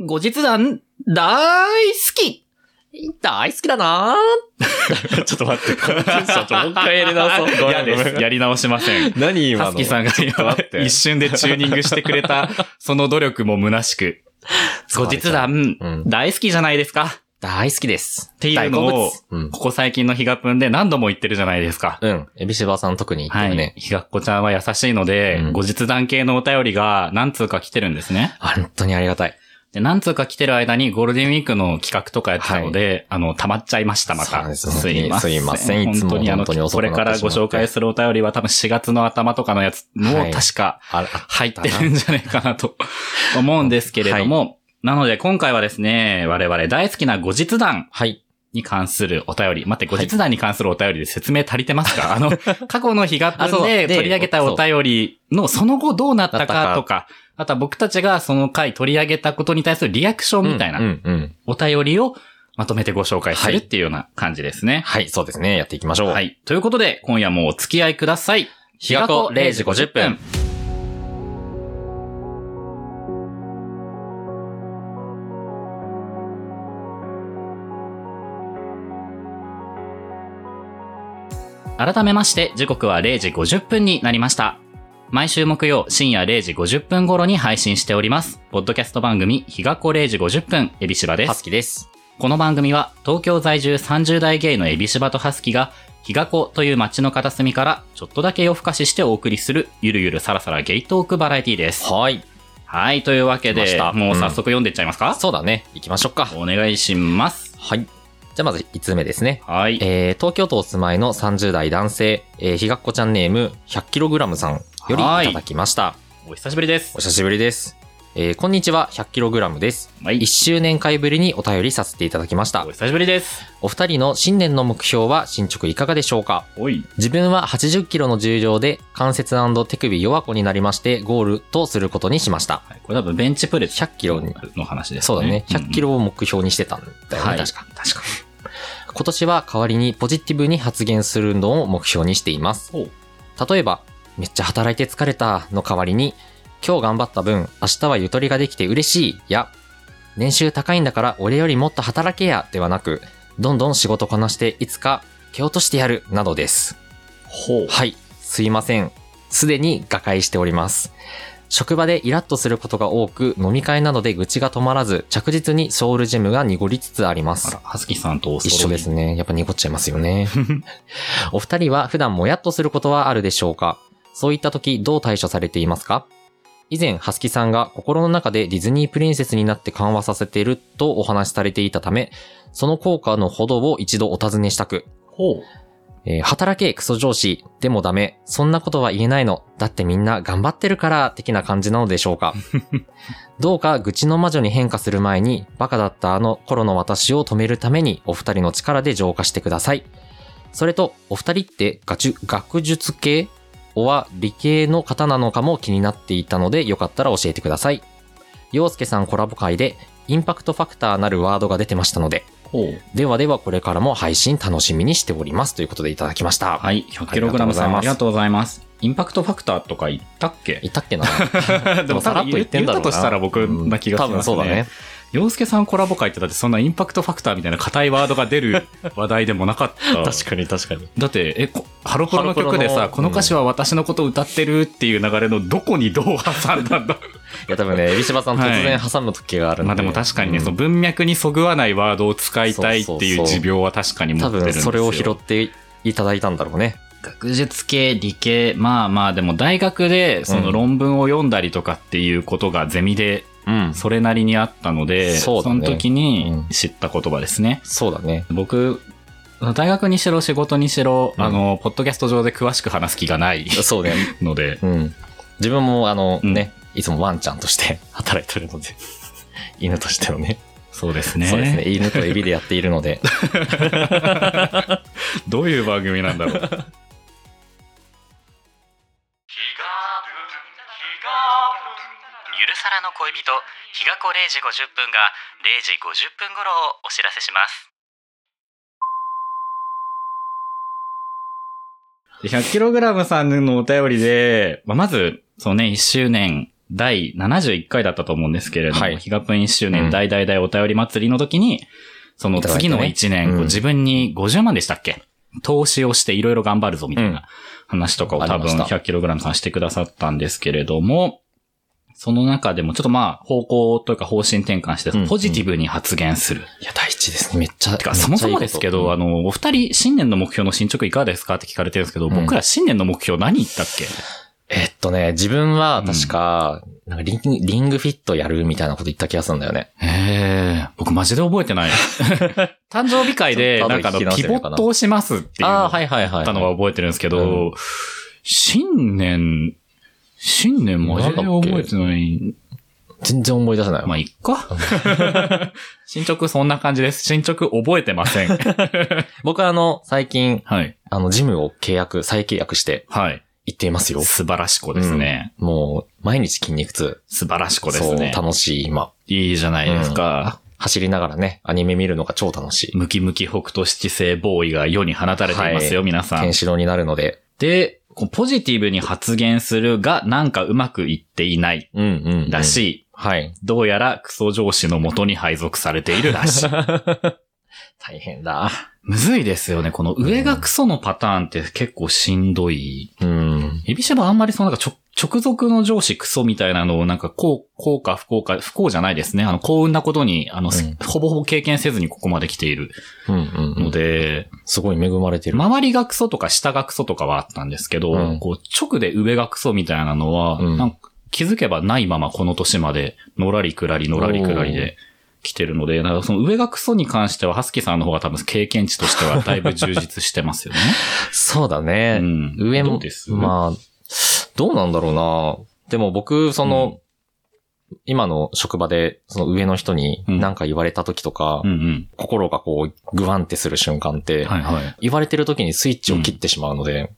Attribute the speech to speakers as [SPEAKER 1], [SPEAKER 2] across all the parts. [SPEAKER 1] 後日談、大好き大好きだな
[SPEAKER 2] ちょっと待って。ちょっともう一回やり直そう。 ごめ
[SPEAKER 3] 嫌
[SPEAKER 2] んごめ
[SPEAKER 3] で
[SPEAKER 2] ん
[SPEAKER 3] す。やり直しません。
[SPEAKER 2] 何今の
[SPEAKER 3] ハスキーさんが今
[SPEAKER 2] 待って
[SPEAKER 3] 一瞬でチューニングしてくれた、その努力も虚しく、 後日談、
[SPEAKER 2] うん。
[SPEAKER 3] 大好きじゃないですか。
[SPEAKER 1] 大好きです。
[SPEAKER 3] っていうの
[SPEAKER 1] 大好
[SPEAKER 3] を、
[SPEAKER 1] 物
[SPEAKER 2] うん。
[SPEAKER 3] ここ最近のヒガプンで何度も言ってるじゃないですか。
[SPEAKER 2] うん。エビシバさん特に言っ
[SPEAKER 3] は
[SPEAKER 2] てる
[SPEAKER 3] い
[SPEAKER 2] ね。。
[SPEAKER 3] ひがっこちゃんは優しいので、
[SPEAKER 2] うん
[SPEAKER 3] 後日談系のお便りが何通か来てるんですね。
[SPEAKER 2] 本当にありがたい。
[SPEAKER 3] で、何通か来てる間にゴールデンウィークの企画とかやってたので、あの、溜まっちゃいました、ま
[SPEAKER 2] そうなん
[SPEAKER 3] た。
[SPEAKER 2] です
[SPEAKER 3] すいません。
[SPEAKER 2] すいませんいつも
[SPEAKER 3] 本当にあの、
[SPEAKER 2] 本当に遅
[SPEAKER 3] こ
[SPEAKER 2] くな
[SPEAKER 3] れ
[SPEAKER 2] ってし
[SPEAKER 3] か
[SPEAKER 2] まって
[SPEAKER 3] らご紹介するお便りは多分4月の頭とかのやつも
[SPEAKER 2] はい
[SPEAKER 3] 確か
[SPEAKER 2] あら、あ
[SPEAKER 3] 入ってるんじゃないかなと思うんですけれども、なので今回はですね、我々大好きな後日談
[SPEAKER 2] はい。
[SPEAKER 3] に関するお便り。待って、後日談に関するお便りで説明足りてますか、 あの、過去の日が
[SPEAKER 2] あ
[SPEAKER 3] 分
[SPEAKER 2] そう
[SPEAKER 3] で
[SPEAKER 2] で
[SPEAKER 3] 取り上げたお便りのその後どうなったかとか、あとは僕たちがその回取り上げたことに対するリアクションみたい
[SPEAKER 2] うん
[SPEAKER 3] な
[SPEAKER 2] うんうん。
[SPEAKER 3] お便りをまとめてご紹介するっていうような感じですね。
[SPEAKER 2] はい、そうですね。やっていきましょう。
[SPEAKER 3] はい。ということで、今夜もお付き合いください。
[SPEAKER 2] 日が子0時50分。
[SPEAKER 3] 改めまして、時刻は0時50分になりました。毎週木曜深夜0時50分頃に配信しております。ポッドキャスト番組、日が子0時50分、エビシバです
[SPEAKER 2] ハ。スキーです。
[SPEAKER 3] この番組は東京在住30代ゲイのエビシバとハスキが日が子という街の片隅からちょっとだけ夜更かししてお送りするゆるゆるさらさらゲイトークバラエティです。
[SPEAKER 2] はい。
[SPEAKER 3] はい、というわけ
[SPEAKER 2] 来まし
[SPEAKER 3] で
[SPEAKER 2] た、
[SPEAKER 3] もう早速読んでいっちゃいますか、
[SPEAKER 2] そうだね。行きましょうか。
[SPEAKER 3] お願いします。
[SPEAKER 2] はい。じゃあまず5つ目ですね。
[SPEAKER 3] はい。
[SPEAKER 2] えー、東京都お住まいの30代男性、えー、ひがっこちゃんネーム 100kg さんより
[SPEAKER 3] はい
[SPEAKER 2] いただきました。
[SPEAKER 3] お久しぶりです
[SPEAKER 2] お。久しぶりです。えー、こんにちは、100kg です。
[SPEAKER 3] はい
[SPEAKER 2] 1。周年回ぶりにお便りさせていただきました
[SPEAKER 3] お。久しぶりです。
[SPEAKER 2] お二人の新年の目標は進捗いかがでしょうか
[SPEAKER 3] おい。
[SPEAKER 2] 自分は80キロの重量で関節手首弱子になりましてゴールとすることにしました。
[SPEAKER 3] はいこれ多分ベンチプレス
[SPEAKER 2] 100キロに
[SPEAKER 3] の話ですね。
[SPEAKER 2] そうだね。100キ
[SPEAKER 3] ロ。
[SPEAKER 2] ロを目標にしてたんだよね、
[SPEAKER 3] はい
[SPEAKER 2] 確か。確か。今年は代わりにポジティブに発言するのを目標にしています
[SPEAKER 3] ほ。
[SPEAKER 2] 例えば、めっちゃ働いて疲れたの代わりに、今日頑張った分、明日はゆとりができて嬉しいや、年収高いんだから俺よりもっと働けやではなく、どんどん仕事こなしていつか蹴落としてやるなどです。
[SPEAKER 3] ほう。
[SPEAKER 2] はい、すいません。すでに瓦解しております。職場でイラッとすることが多く、飲み会などで愚痴が止まらず、着実にソウルジムが濁りつつありま
[SPEAKER 3] あ
[SPEAKER 2] す
[SPEAKER 3] ら、。はすきさんとお
[SPEAKER 2] 一緒です
[SPEAKER 3] ね。
[SPEAKER 2] ね。やっぱ濁っちゃいます よね。お二人は普段もやっとすることはあるでしょうかそういった時どう対処されていますか以前、ハスキさんが心の中でディズニープリンセスになって緩和させているとお話しされていたため、その効果のほどを一度お尋ねしたく、
[SPEAKER 3] ほう。
[SPEAKER 2] えー働けクソ上司、でもダメ、そんなことは言えないの、だってみんな頑張ってるから、的な感じなのでしょうか。どうか愚痴の魔女に変化する前に、バカだったあの頃の私を止めるために、お二人の力で浄化してください。それと、お二人ってガチュ学術系おは理系の方なのかも気になっていたので、よかったら教えてください。洋介さんコラボ会で、インパクトファクターなるワードが出てましたので、
[SPEAKER 3] ほう。
[SPEAKER 2] ではではこれからも配信楽しみにしておりますということでいただきました。
[SPEAKER 3] はい。100kg さんあり
[SPEAKER 2] あり
[SPEAKER 3] が
[SPEAKER 2] が
[SPEAKER 3] とうございます。インパクトファクターとか言ったっけ
[SPEAKER 2] いたっけな
[SPEAKER 3] でもさらっと言ってんだろうな。
[SPEAKER 2] 多分言ったとしたら
[SPEAKER 3] 僕
[SPEAKER 2] な気がしますね。多分そうだね。。
[SPEAKER 3] 洋介さんコラボ会ってだってそんなインパクトファクターみたいな硬いワードが出 る話題でもなかった。
[SPEAKER 2] かに確かに。
[SPEAKER 3] だって、え、こハロプロの曲で
[SPEAKER 2] ハ
[SPEAKER 3] さ、
[SPEAKER 2] ロプ
[SPEAKER 3] こ
[SPEAKER 2] ロ
[SPEAKER 3] の
[SPEAKER 2] の
[SPEAKER 3] 歌詞は私のことを歌ってるっていう流れのどこにどう挟んだんだ
[SPEAKER 2] いや多分ね、海老柴さん
[SPEAKER 3] はい
[SPEAKER 2] 突然挟む時があるんで。
[SPEAKER 3] まあでも確かにね、
[SPEAKER 2] うん
[SPEAKER 3] その文脈にそぐわないワードを使いたいってい
[SPEAKER 2] そううそうそう
[SPEAKER 3] 持病は確かに持
[SPEAKER 2] 多
[SPEAKER 3] ってるんで
[SPEAKER 2] 分
[SPEAKER 3] すよ。
[SPEAKER 2] それを拾っていただいたんだろうね。
[SPEAKER 3] 学術系、理系、まあまあでも大学でその論文を読んだりとかっていうことがゼミで
[SPEAKER 2] うん。
[SPEAKER 3] それなりにあったので、
[SPEAKER 2] そうだね
[SPEAKER 3] の時に知った言葉ですね。
[SPEAKER 2] そうだね。
[SPEAKER 3] 僕、大学にしろ仕事にしろ、
[SPEAKER 2] うん
[SPEAKER 3] あの、ポッドキャスト上で詳しく話す気がない
[SPEAKER 2] そうね。
[SPEAKER 3] ので、
[SPEAKER 2] うん。自分もあの
[SPEAKER 3] うん
[SPEAKER 2] ね、いつもワンちゃんとして 働いてるので。犬としてのね
[SPEAKER 3] そうですね。
[SPEAKER 2] そうですね。犬とエビでやっているので。
[SPEAKER 3] どういう番組なんだろう。
[SPEAKER 4] ゆるさらの恋人日が子0時50分が0時50分頃をお知らせします
[SPEAKER 3] 100kg さんのお便りで、まあまず、そうね、1周年第71回だったと思うんですけれども、
[SPEAKER 2] はい
[SPEAKER 3] ヒガプン1周
[SPEAKER 2] う
[SPEAKER 3] 年
[SPEAKER 2] ん
[SPEAKER 3] 大大大お便り祭りの時に、その次の1年、
[SPEAKER 2] いただいたねうん
[SPEAKER 3] こう自分に50万でしたっけ投資をしていろいろ頑張るぞみたい
[SPEAKER 2] うん
[SPEAKER 3] な話とかを多
[SPEAKER 2] あり
[SPEAKER 3] 分
[SPEAKER 2] ました
[SPEAKER 3] 100kg さんしてくださったんですけれども、その中でもちょっとまあ方向というか方針転換して
[SPEAKER 2] うん
[SPEAKER 3] ポジティブに発言する。
[SPEAKER 2] いや、大事ですね。めっちゃ。
[SPEAKER 3] てか、そもそもですけど、あ
[SPEAKER 2] の、
[SPEAKER 3] の、お二人新年の目標の進捗いかがですかって聞かれてるんですけど、
[SPEAKER 2] うん
[SPEAKER 3] 僕ら新年の目標何言ったっけ
[SPEAKER 2] えっとね、自分は確か、なんかリングリングフィットやるみたいなこと言った気がするんだよね。
[SPEAKER 3] ええ僕マジで覚えて ない。誕生日会で、
[SPEAKER 2] ちょっと
[SPEAKER 3] な
[SPEAKER 2] 後
[SPEAKER 3] ん
[SPEAKER 2] で
[SPEAKER 3] かあの、
[SPEAKER 2] 聞き直し
[SPEAKER 3] ピボ
[SPEAKER 2] てみようか
[SPEAKER 3] ッ
[SPEAKER 2] な
[SPEAKER 3] トをしますっていうのを
[SPEAKER 2] ー
[SPEAKER 3] 言
[SPEAKER 2] いはいは
[SPEAKER 3] ったのは覚えてるんですけど、
[SPEAKER 2] う
[SPEAKER 3] 新年、新年マジで覚えてない。
[SPEAKER 2] 全然思い出せない。
[SPEAKER 3] まあ、いっか。 進捗そんな感じです。進捗覚えてません。
[SPEAKER 2] 僕はあの、最近、
[SPEAKER 3] はい。
[SPEAKER 2] あの、ジムを契約、再契約して
[SPEAKER 3] はい。
[SPEAKER 2] 行っていますよ。
[SPEAKER 3] 素晴らしこですね。
[SPEAKER 2] もう、毎日筋肉痛。
[SPEAKER 3] 素晴らしこですね
[SPEAKER 2] そう、。楽しい今。
[SPEAKER 3] いいじゃないですか。
[SPEAKER 2] 走りながらね、アニメ見るのが超楽しい。
[SPEAKER 3] ムキムキ北斗七星ボーイが世に放たれていますよ、皆さん。
[SPEAKER 2] ケンシロウになるので。
[SPEAKER 3] で、こうポジティブに発言するが、なんかうまくいっていない
[SPEAKER 2] うんうん、うん。
[SPEAKER 3] らしい。
[SPEAKER 2] はい。
[SPEAKER 3] どうやらクソ上司の元に配属されているらし い。
[SPEAKER 2] 大変だ。
[SPEAKER 3] むずいですよね。この上がクソのパターンって結構しんどい。
[SPEAKER 2] うん。
[SPEAKER 3] エビシャバあんまりそのなんか直直属の上司クソみたいなのをなんかこう、こうか不幸か、不幸じゃないですね。あの幸運なことに、あの、
[SPEAKER 2] うん
[SPEAKER 3] ほぼほぼ経験せずにここまで来ている
[SPEAKER 2] うんうんう
[SPEAKER 3] の
[SPEAKER 2] ん。
[SPEAKER 3] で、
[SPEAKER 2] すごい恵まれてる。
[SPEAKER 3] 周りがクソとか下がクソとかはあったんですけど、
[SPEAKER 2] うん
[SPEAKER 3] こう直で上がクソみたいなのは、
[SPEAKER 2] うん
[SPEAKER 3] なんか気づけばないままこの年まで、のらりくらりのらりくらりで来てるので、なんかその上がクソに関しては、ハスキーさんの方が多分経験値としてはだいぶ充実してますよね。
[SPEAKER 2] そうだ
[SPEAKER 3] う
[SPEAKER 2] ね。
[SPEAKER 3] ん、
[SPEAKER 2] 上
[SPEAKER 3] ど
[SPEAKER 2] も
[SPEAKER 3] うです、
[SPEAKER 2] まあ、どうなんだろうな。でも僕、その、今の職場で、その上の人に
[SPEAKER 3] うん
[SPEAKER 2] 何か言われた時とか、
[SPEAKER 3] うん
[SPEAKER 2] 心がこう、グワンってする瞬間っ
[SPEAKER 3] う
[SPEAKER 2] て、
[SPEAKER 3] ん。はいはい。
[SPEAKER 2] 言われてる時にスイッチを切ってしまうので、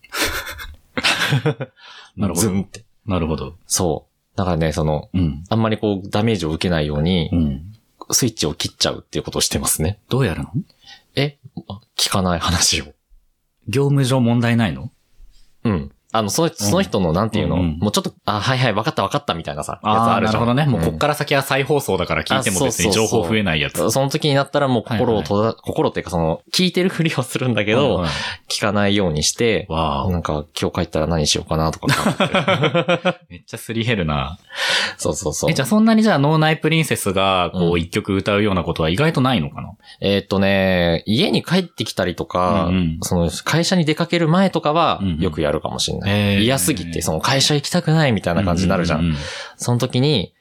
[SPEAKER 3] なるほ
[SPEAKER 2] ズ
[SPEAKER 3] ど。
[SPEAKER 2] ンって。
[SPEAKER 3] なるほど。
[SPEAKER 2] そう。だからね、その、
[SPEAKER 3] うん。
[SPEAKER 2] あんまりこう、ダメージを受けないように
[SPEAKER 3] う、ん。
[SPEAKER 2] スイッチを切っちゃうっていうことをしてますね。
[SPEAKER 3] どうやるの
[SPEAKER 2] 聞かない話を。
[SPEAKER 3] 業務上問題ないの
[SPEAKER 2] うん。あの、そのその人の、なんていうの、
[SPEAKER 3] うんうん
[SPEAKER 2] もうちょっと、あ、はいはい、わかったわかったみたいなさ、やつ
[SPEAKER 3] あ
[SPEAKER 2] あ
[SPEAKER 3] あ、
[SPEAKER 2] る
[SPEAKER 3] な
[SPEAKER 2] じ
[SPEAKER 3] る
[SPEAKER 2] ゃん。
[SPEAKER 3] ほどね。もうこっ
[SPEAKER 2] か
[SPEAKER 3] から先は再放送だから聞いても
[SPEAKER 2] あ
[SPEAKER 3] 別に
[SPEAKER 2] そうそ
[SPEAKER 3] 情
[SPEAKER 2] うそう
[SPEAKER 3] 報増えないやつ。
[SPEAKER 2] その時になったらもう心を閉ざ、心っていうかその、聞いてるふりをするんだけど、
[SPEAKER 3] はいはい
[SPEAKER 2] 聞かないようにして、
[SPEAKER 3] わあ
[SPEAKER 2] な、んか、今日帰ったら何しようかなとか考えて。
[SPEAKER 3] めっちゃすり減るな。
[SPEAKER 2] そうそうそう
[SPEAKER 3] え、。じゃあそんなにじゃあ脳内プリンセスが、こ
[SPEAKER 2] う
[SPEAKER 3] う、
[SPEAKER 2] ん
[SPEAKER 3] 一曲歌うようなことは意外とないのかな、
[SPEAKER 2] えーっとね、家に帰ってきたりとか、
[SPEAKER 3] うんうん
[SPEAKER 2] その、会社に出かける前とかは
[SPEAKER 3] うんうん、
[SPEAKER 2] よくやるかもしれない。
[SPEAKER 3] へー
[SPEAKER 2] 嫌すぎて、その、会社行きたくないみたいな感じになるじゃん。
[SPEAKER 3] ううう
[SPEAKER 2] その時に、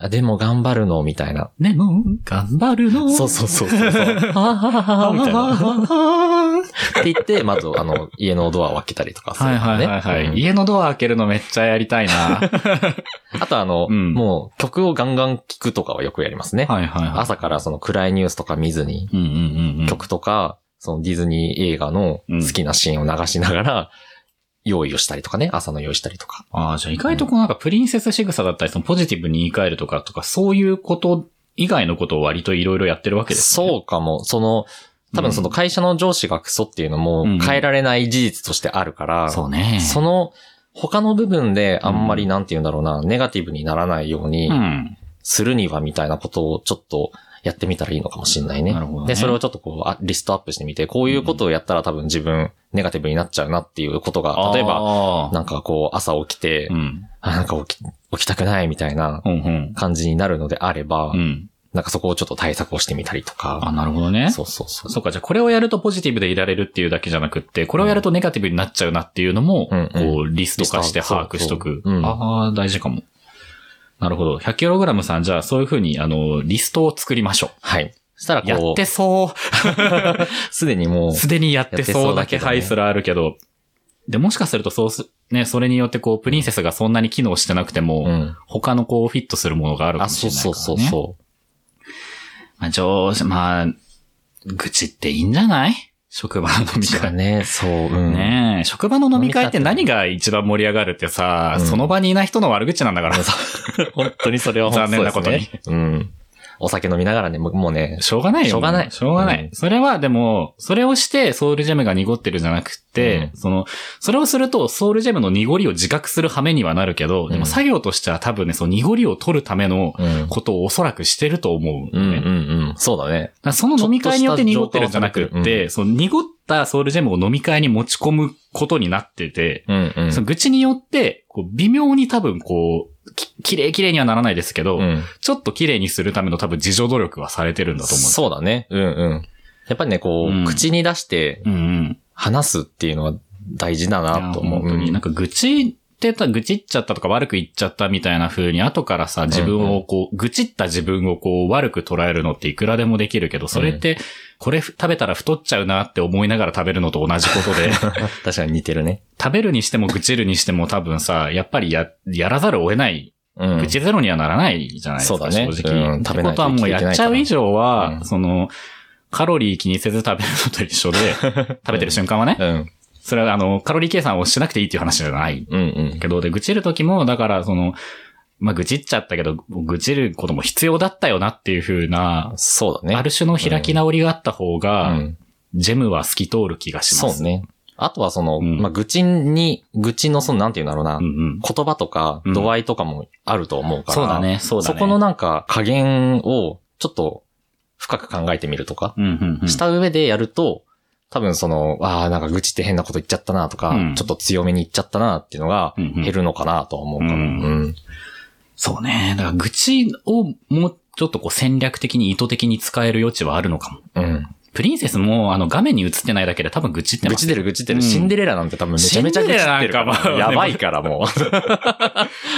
[SPEAKER 2] あでも頑張るの、みたいな。
[SPEAKER 3] でも、頑張るの。
[SPEAKER 2] そうそうそうそうそう。
[SPEAKER 3] ははははみたいな。
[SPEAKER 2] って言って、まず、あの、家のドアを開けたりとかする
[SPEAKER 3] は
[SPEAKER 2] の
[SPEAKER 3] い
[SPEAKER 2] ね。
[SPEAKER 3] はいはいはい、
[SPEAKER 2] うん
[SPEAKER 3] 家のドア開けるのめっちゃやり たいな。はい
[SPEAKER 2] あと、あの、
[SPEAKER 3] うん
[SPEAKER 2] もう、曲をガンガン聴くとかはよくやりますね。
[SPEAKER 3] はいは
[SPEAKER 2] 朝からその暗いニュースとか見ずに、
[SPEAKER 3] い。うんうんうんうん。
[SPEAKER 2] 曲とか、そのディズニー映画の好きなシーンを流しながら、用意をしたりとかね、朝の用意したりとか。
[SPEAKER 3] ああ、じゃあ意外とこうなんかプリンセス仕草だったり、そのポジティブに言い換えるとかとか、そういうこと以外のことを割といろいろやってるわけです、ね。
[SPEAKER 2] そうかも。その、多分その会社の上司がクソっていうのも
[SPEAKER 3] うん
[SPEAKER 2] 変えられない事実としてあるから、
[SPEAKER 3] そうね。
[SPEAKER 2] その他の部分であんまりなんて言うんだろうな、ネガティブにならないように、
[SPEAKER 3] うん。
[SPEAKER 2] するにはみたいなことをちょっとやってみたらいいのかもしれないね。
[SPEAKER 3] なるほどね
[SPEAKER 2] で、それをちょっとこうあ、リストアップしてみて、こういうことをやったら多分自分、ネガティブになっちゃうなっていうことが、例えば、
[SPEAKER 3] ば
[SPEAKER 2] なんかこう、朝起きて、
[SPEAKER 3] うん。
[SPEAKER 2] あなんか起き、起きたくないみたいな
[SPEAKER 3] うんうん。
[SPEAKER 2] 感じになるのであれば、
[SPEAKER 3] うん。
[SPEAKER 2] なんかそこをちょっと対策をしてみたりと
[SPEAKER 3] あ、
[SPEAKER 2] か。
[SPEAKER 3] なるほどね。そ
[SPEAKER 2] そうそうそう
[SPEAKER 3] う。か、じゃあこれをやるとポジティブでいられるっていうだけじゃなくって、これをやるとネガティブになっちゃうなっていうのも、
[SPEAKER 2] うんうん
[SPEAKER 3] こう、リスト化して
[SPEAKER 2] リスト
[SPEAKER 3] 把握しとく。
[SPEAKER 2] そうそううん
[SPEAKER 3] ああ、大事かも。なるほど。100kg さん、じゃあそういうふうに、あの、リストを作りましょ
[SPEAKER 2] はい。そしたら
[SPEAKER 3] う。や
[SPEAKER 2] こ
[SPEAKER 3] ってそう。
[SPEAKER 2] う、すでにもう、
[SPEAKER 3] すでにやってそうだけ
[SPEAKER 2] やってそうだけどね
[SPEAKER 3] はいすらあるけど。で、もしかするとそうす、ね、それによってこう、プリンセスがそんなに機能してなくても、
[SPEAKER 2] うん。
[SPEAKER 3] 他のこう、フィットするものがあるか
[SPEAKER 2] あ、
[SPEAKER 3] もしれ
[SPEAKER 2] そう
[SPEAKER 3] ないから、ね。
[SPEAKER 2] そうそうそう。
[SPEAKER 3] まあ、上司、まあ、愚痴っていいんじゃない職場の飲み
[SPEAKER 2] 確か
[SPEAKER 3] 会
[SPEAKER 2] に。ね、そう、うん。
[SPEAKER 3] ねえ、職場の飲み会って何が一番盛り上がるってさ、
[SPEAKER 2] うん
[SPEAKER 3] その場にいない人の悪口なんだからさ。
[SPEAKER 2] 本当にそれは本当
[SPEAKER 3] 残念なことに
[SPEAKER 2] そうですねうん。お酒飲みながらね、もうもうね、
[SPEAKER 3] しょうがないよ。
[SPEAKER 2] しょうがない
[SPEAKER 3] しょうがない。
[SPEAKER 2] うん
[SPEAKER 3] それはでも、それをしてソウルジェムが濁ってるじゃなくて、その、それをするとソウルジェムの濁りを自覚する羽目にはなるけど、で
[SPEAKER 2] う
[SPEAKER 3] も
[SPEAKER 2] ん
[SPEAKER 3] 作業としては多分ね、その濁りを取るための
[SPEAKER 2] うん。
[SPEAKER 3] ことをおそらくしてると思う
[SPEAKER 2] う
[SPEAKER 3] の
[SPEAKER 2] んう
[SPEAKER 3] ね。
[SPEAKER 2] ん
[SPEAKER 3] だか
[SPEAKER 2] うん。そうだね。
[SPEAKER 3] らその飲み会によって濁ってるんじゃなく
[SPEAKER 2] ちょっとし
[SPEAKER 3] った
[SPEAKER 2] 状態
[SPEAKER 3] て、その濁ったソウルジェムを飲み会に持ち込むことになってて、
[SPEAKER 2] うんうん。
[SPEAKER 3] その愚痴によって、こう微妙に多分こう、ききれいきれいにはならないですけど、
[SPEAKER 2] うん。
[SPEAKER 3] ちょっときれいにするための多分自助努力はされてるんだと思う。
[SPEAKER 2] そうだね。うんうん。やっぱりね、こう、
[SPEAKER 3] うん
[SPEAKER 2] 口に出して
[SPEAKER 3] うんうん。
[SPEAKER 2] 話すっていうのは大事だ
[SPEAKER 3] いや
[SPEAKER 2] なと思う。
[SPEAKER 3] 本当に、
[SPEAKER 2] うん
[SPEAKER 3] なんか愚痴ってた、愚痴っちゃったとか悪く言っちゃったみたいな風に、後からさ、自分をこう、愚痴った自分をこう、悪く捉えるのっていくらでもできるけど、それって、これ食べたら太っちゃうなって思いながら食べるのと同じこと で、
[SPEAKER 2] 確かに似てるね。
[SPEAKER 3] 食べるにしても愚痴るにしても多分さ、やっぱりや、やらざるを得ない、
[SPEAKER 2] うん。
[SPEAKER 3] 愚痴ゼロにはならないじゃないですか、
[SPEAKER 2] そうだね
[SPEAKER 3] 正直。
[SPEAKER 2] うん
[SPEAKER 3] 食
[SPEAKER 2] 食
[SPEAKER 3] べ
[SPEAKER 2] べ
[SPEAKER 3] こ
[SPEAKER 2] ないと
[SPEAKER 3] とはもうやっちゃう以上は、
[SPEAKER 2] うん
[SPEAKER 3] その、カロリー気にせず食べるのと一緒で、 食べてる瞬間はね、
[SPEAKER 2] うん。
[SPEAKER 3] それはあの、カロリー計算をしなくていいっていう話じゃない
[SPEAKER 2] うんうん。
[SPEAKER 3] けど、で、愚痴る時も、だから、その、まあ、愚痴っちゃったけど、愚痴ることも必要だったよなっていう風な、
[SPEAKER 2] そうだね。
[SPEAKER 3] ある種の開き直りがあった方
[SPEAKER 2] う
[SPEAKER 3] が、
[SPEAKER 2] ん。
[SPEAKER 3] ジェムは透き通る気がします。
[SPEAKER 2] そう。ね。あとはその、
[SPEAKER 3] うん
[SPEAKER 2] まあ、愚痴に、愚痴のその、なんていうんだろうな、
[SPEAKER 3] うんうん。
[SPEAKER 2] 言葉とか
[SPEAKER 3] うん
[SPEAKER 2] 度合いとかもあると思うから、
[SPEAKER 3] そうだね、そうだね。
[SPEAKER 2] そこの、なんか加減をちょっと深く考えてみるとか、
[SPEAKER 3] うんうんうん。
[SPEAKER 2] した上でやると、多分その、ああ、なんか愚痴って変なこと言っちゃったなとか、
[SPEAKER 3] うん
[SPEAKER 2] ちょっと強めに言っちゃったなっていうのが
[SPEAKER 3] うんうん
[SPEAKER 2] 減るのかなとは思うから。
[SPEAKER 3] う
[SPEAKER 2] うんん。
[SPEAKER 3] そうね。だから、愚痴をもうちょっとこう戦略的に意図的に使える余地はあるのかも。
[SPEAKER 2] うん
[SPEAKER 3] プリンセスも、あの、画面に映ってないだけで多分愚痴って
[SPEAKER 2] 愚
[SPEAKER 3] ます。
[SPEAKER 2] 痴出る愚痴出
[SPEAKER 3] う
[SPEAKER 2] る、
[SPEAKER 3] ん
[SPEAKER 2] シンデレラなんて多分めちゃめちゃ愚痴ってるから
[SPEAKER 3] シンデレラなんかもう
[SPEAKER 2] やばいからも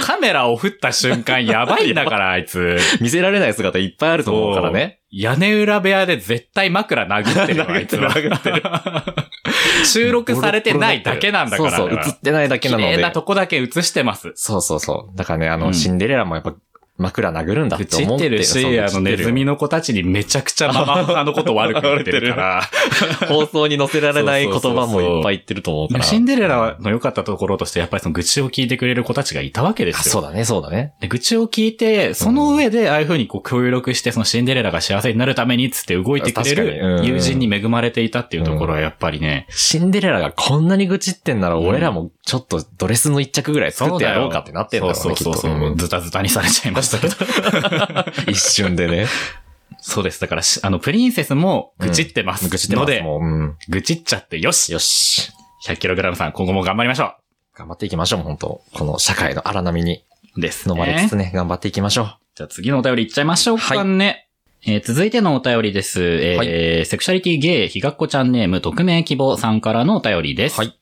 [SPEAKER 3] カメラを振った瞬間、やばいんだ から、あいつ。
[SPEAKER 2] う、見せられない姿いっぱいあると思うからね。
[SPEAKER 3] 屋根裏部屋で絶対枕殴ってるよ、 あいつは。
[SPEAKER 2] 殴ってる
[SPEAKER 3] 収録されてないだけなんだから。
[SPEAKER 2] そうそう、映ってないだけ
[SPEAKER 3] 綺
[SPEAKER 2] なの
[SPEAKER 3] 麗
[SPEAKER 2] で
[SPEAKER 3] な。とこだけ映してます。
[SPEAKER 2] そうそうそう。だからね、あの、
[SPEAKER 3] うん
[SPEAKER 2] シンデレラもやっぱ枕殴るんだって
[SPEAKER 3] 愚
[SPEAKER 2] 思
[SPEAKER 3] っ
[SPEAKER 2] って
[SPEAKER 3] てるし、あの、ネズミ
[SPEAKER 2] の
[SPEAKER 3] の子たちにめちゃくちゃママさんの こと悪く言ってるから。
[SPEAKER 2] 放送に載せられない言葉もいっぱい言ってると思うから。
[SPEAKER 3] シンデレラの良かったところとして、やっぱりその愚痴を聞いてくれる子たちがいたわけで
[SPEAKER 2] あ
[SPEAKER 3] すよ。
[SPEAKER 2] そうだね、そうだね。
[SPEAKER 3] で愚痴を聞いて、その上で、ああいう風にこう協力して、そのシンデレラが幸せになるために、つって動いてくれ
[SPEAKER 2] 確かにう
[SPEAKER 3] る
[SPEAKER 2] ん
[SPEAKER 3] 友人に恵まれていたっていうところは、やっぱりね、
[SPEAKER 2] シンデレラがこんなに愚痴ってんなら、
[SPEAKER 3] うん
[SPEAKER 2] 俺らもちょっとドレスの一着ぐらい作
[SPEAKER 3] そ
[SPEAKER 2] っ
[SPEAKER 3] う
[SPEAKER 2] て
[SPEAKER 3] だ
[SPEAKER 2] や
[SPEAKER 3] よ
[SPEAKER 2] ろうかってなってんだろう
[SPEAKER 3] そ
[SPEAKER 2] ね、
[SPEAKER 3] う
[SPEAKER 2] きっ
[SPEAKER 3] そ
[SPEAKER 2] と
[SPEAKER 3] う。そうう。
[SPEAKER 2] ん
[SPEAKER 3] ズタズタにされちゃいました けど。
[SPEAKER 2] 一瞬で ね。
[SPEAKER 3] そうです。だからし、あの、プリンセスも愚痴ってます。
[SPEAKER 2] 愚痴ってま
[SPEAKER 3] の
[SPEAKER 2] す
[SPEAKER 3] で、
[SPEAKER 2] もう、うん。
[SPEAKER 3] 愚痴っちゃってよし
[SPEAKER 2] よし。
[SPEAKER 3] !100kg さん、今後も頑張りましょ
[SPEAKER 2] 頑張っていきましょう、本当この社会の荒波に
[SPEAKER 3] うです、ね。
[SPEAKER 2] 飲まれつつね、頑張っていきましょう。
[SPEAKER 3] じゃあ次のお便りいっちゃいましょうかね。えー続いてのお便りです。えーセクシャリティゲイひがっこちゃんネーム匿名希望さんからのお便りです。
[SPEAKER 2] はい。